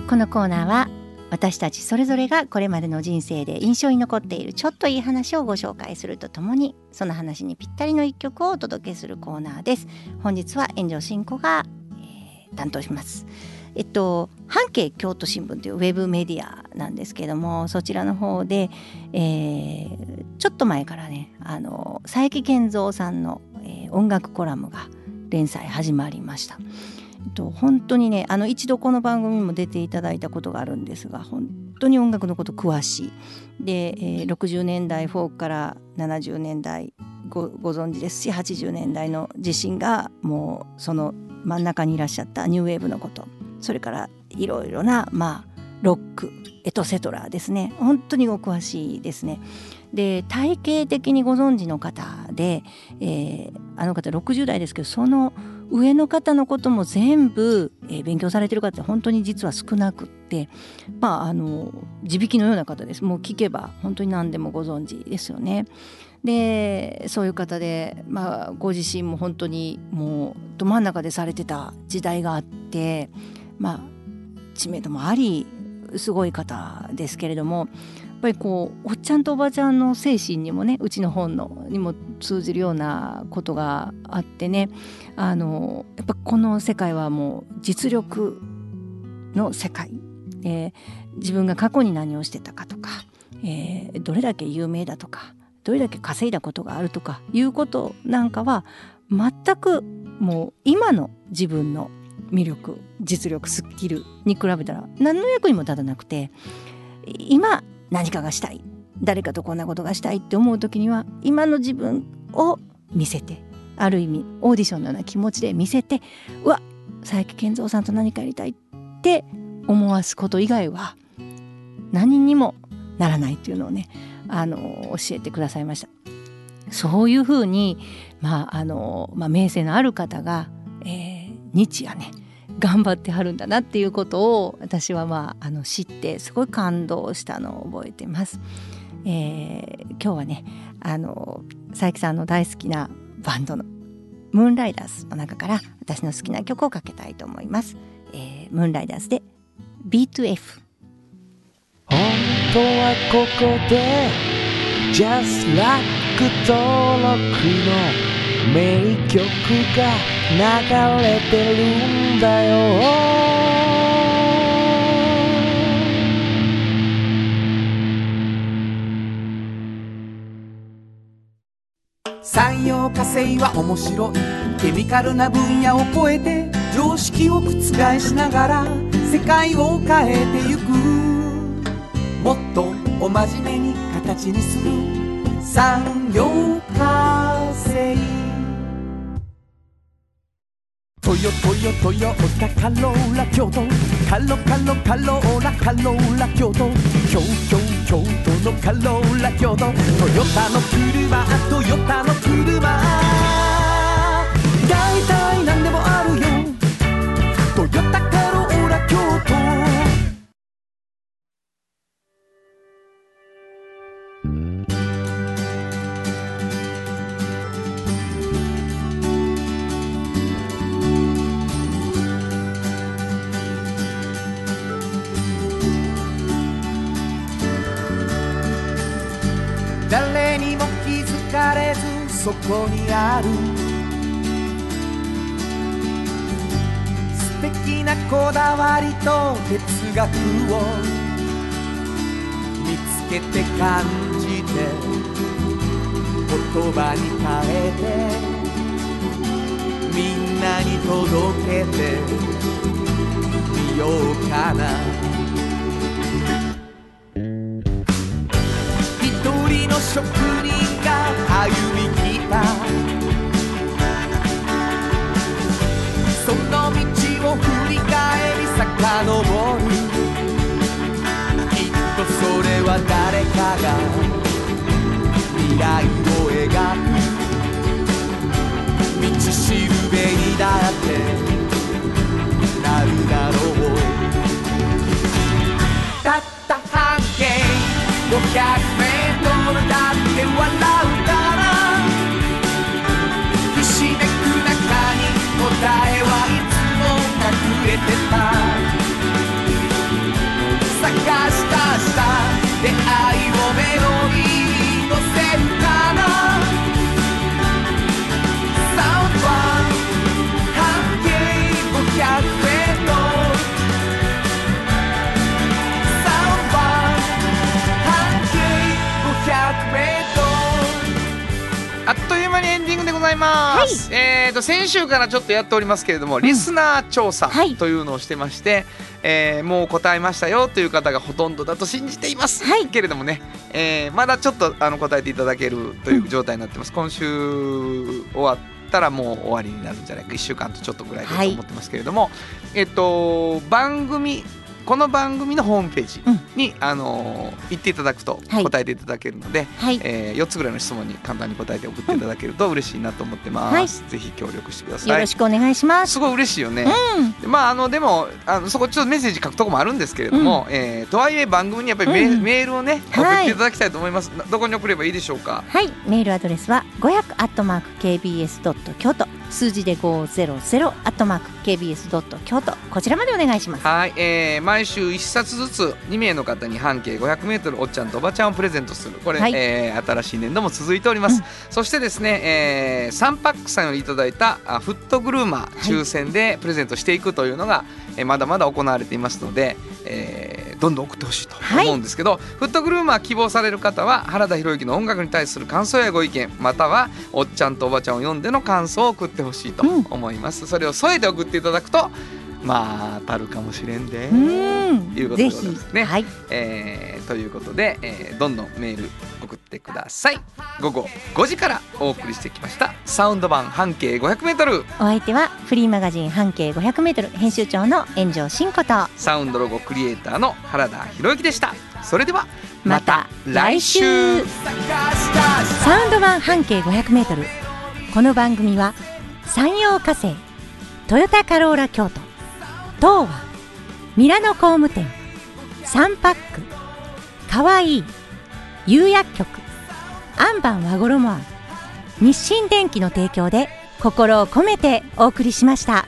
Speaker 3: このコーナーは私たちそれぞれがこれまでの人生で印象に残っているちょっといい話をご紹介するとともにその話にぴったりの一曲をお届けするコーナーです本日は炎上進行が、えー担当しますえっと半径京都新聞というウェブメディアなんですけどもそちらの方で、えーちょっと前からねあの佐伯健三さんの、えー音楽コラムが連載始まりました。えっと本当にねあの一度この番組にも出ていただいたことがあるんですが本当に音楽のこと詳しいで、えー60年代フォークから70年代ごご存知ですし80年代の自身がもうその真ん中にいらっしゃったニューウェーブのことそれからいろいろなまあロックエトセトラですね本当にお詳しいですね。で体系的にご存知の方で、えーあの方60代ですけどその上の方のことも全部、えー勉強されてる方って本当に実は少なくってまああの地引きのような方ですもう聞けば本当に何でもご存知ですよね。でそういう方で、まあ、ご自身も本当にもうど真ん中でされてた時代があって、まあ、知名度もありすごい方ですけれどもやっぱりこうおっちゃんとおばちゃんの精神にもねうちの本のにも通じるようなことがあってねあのやっぱこの世界はもう実力の世界、えー自分が過去に何をしてたかとか、えーどれだけ有名だとかどれだけ稼いだことがあるとかいうことなんかは全くもう今の自分の魅力実力スキルに比べたら何の役にも立たなくて今何かがしたい誰かとこんなことがしたいって思う時には今の自分を見せてある意味オーディションのような気持ちで見せてうわ佐伯健三さんと何かやりたいって思わすこと以外は何にもならないっていうのをねあの教えてくださいました。そういうふうに、まああのまあ、名声のある方が、えー日夜ね頑張ってはるんだなっていうことを私は、まあ、あの知ってすごい感動したのを覚えてます。えー今日はねあの佐伯さんの大好きなバンドの「ムーンライダース」の中から私の好きな曲をかけたいと思います。えームーンライダースで B2F
Speaker 4: 本当はここで Just Like 登録の名曲が流れてるんだよ産業化成は面白いケミカルな分野を超えて常識を覆しながら世界を変えてゆくもっとお真面目に形にする産業化成トヨトヨトヨタカローラ京都カロカロカローラカローラ京都京京京都のカローラ京都トヨタの車トヨタの車大体何でもあるよトヨタカローラ京都誰にも気づかれずそこにある素敵なこだわりと哲学を見つけて感じて言葉に変えてみんなに届けてみようかな一人の職人が歩み来たその道を振り返り遡るきっとそれは誰かが未来を描く道しるべにだってなるだろうたった半径 500m だって笑うからひしめく中に答えはいつも隠れてた探したした出会いをメロに乗せるかなサウンドは半径500メートルサウンドは半径500メートル
Speaker 2: あっという間にエンディングでございます、えー、と先週からちょっとやっておりますけれども、リスナー調査
Speaker 3: はい
Speaker 2: というのをしてまして、えーもう答えましたよという方がほとんどだと信じています、
Speaker 3: はい
Speaker 2: けれどもね、えーまだちょっとあの答えていただけるという状態になってます、今週終わったらもう終わりになるんじゃないか1週間とちょっとぐらいだ
Speaker 3: は
Speaker 2: と
Speaker 3: い
Speaker 2: 思ってますけれども、えっと番組この番組のホームページに、あのー行っていただくと
Speaker 3: はい
Speaker 2: 答えていただけるので、
Speaker 3: はい、
Speaker 2: えー、4つぐらいの質問に簡単に答えて送っていただけると嬉しいなと思ってます、ぜひ協力してくだ
Speaker 3: よ
Speaker 2: さ
Speaker 3: ろ
Speaker 2: い
Speaker 3: しくお願いします。
Speaker 2: すごい嬉しいよね、
Speaker 3: うん、
Speaker 2: でまああのでもあのそこちょっとメッセージ書くとこもあるんですけれども、えーとはいえ番組にやっぱりメ,、
Speaker 3: うん
Speaker 2: メールをね送
Speaker 3: はい
Speaker 2: っていただきたいと思います、などこに送ればいいでしょうか
Speaker 3: はい、メールアドレスは500アットマーク kbs ドット京都、数字で500アットマーク kbs ドット京都こちらまでお願いします。
Speaker 2: はい、えー毎週1冊ずつ2名の方に半径 500m おっちゃんとおばちゃんをプレゼントするこれ、
Speaker 3: はい
Speaker 2: えー新しい年度も続いております、そしてですね、え3パックさんよりいただいたあフットグルーマー
Speaker 3: い
Speaker 2: 抽選でプレゼントしていくというのが、えーまだまだ行われていますので、えーどんどん送ってほしいと
Speaker 3: はい
Speaker 2: 思うんですけど、フットグルーマー希望される方は原田博之の音楽に対する感想やご意見またはおっちゃんとおばちゃんを読んでの感想を送ってほしいと
Speaker 3: うん
Speaker 2: 思います、それを添えて送っていただくとまあ当たるかもしれんで。
Speaker 3: うん、
Speaker 2: いうことでござい
Speaker 3: ぜひ
Speaker 2: ますね
Speaker 3: はい、
Speaker 2: えーということで、えーどんどんメール送ってください午後5時からお送りしてきましたサウンド版半径 500m
Speaker 3: お相手はフリーマガジン半径500メートル編集長の炎上真子と。
Speaker 2: サウンドロゴクリエイターの原田博之でしたそれでは
Speaker 3: また来週サウンド版半径 500m この番組は山陽火星トヨタカローラ京都東和ミラノ工務店サンパックかわいい釉薬局アンバン和衣は日清電機の提供で心を込めてお送りしました。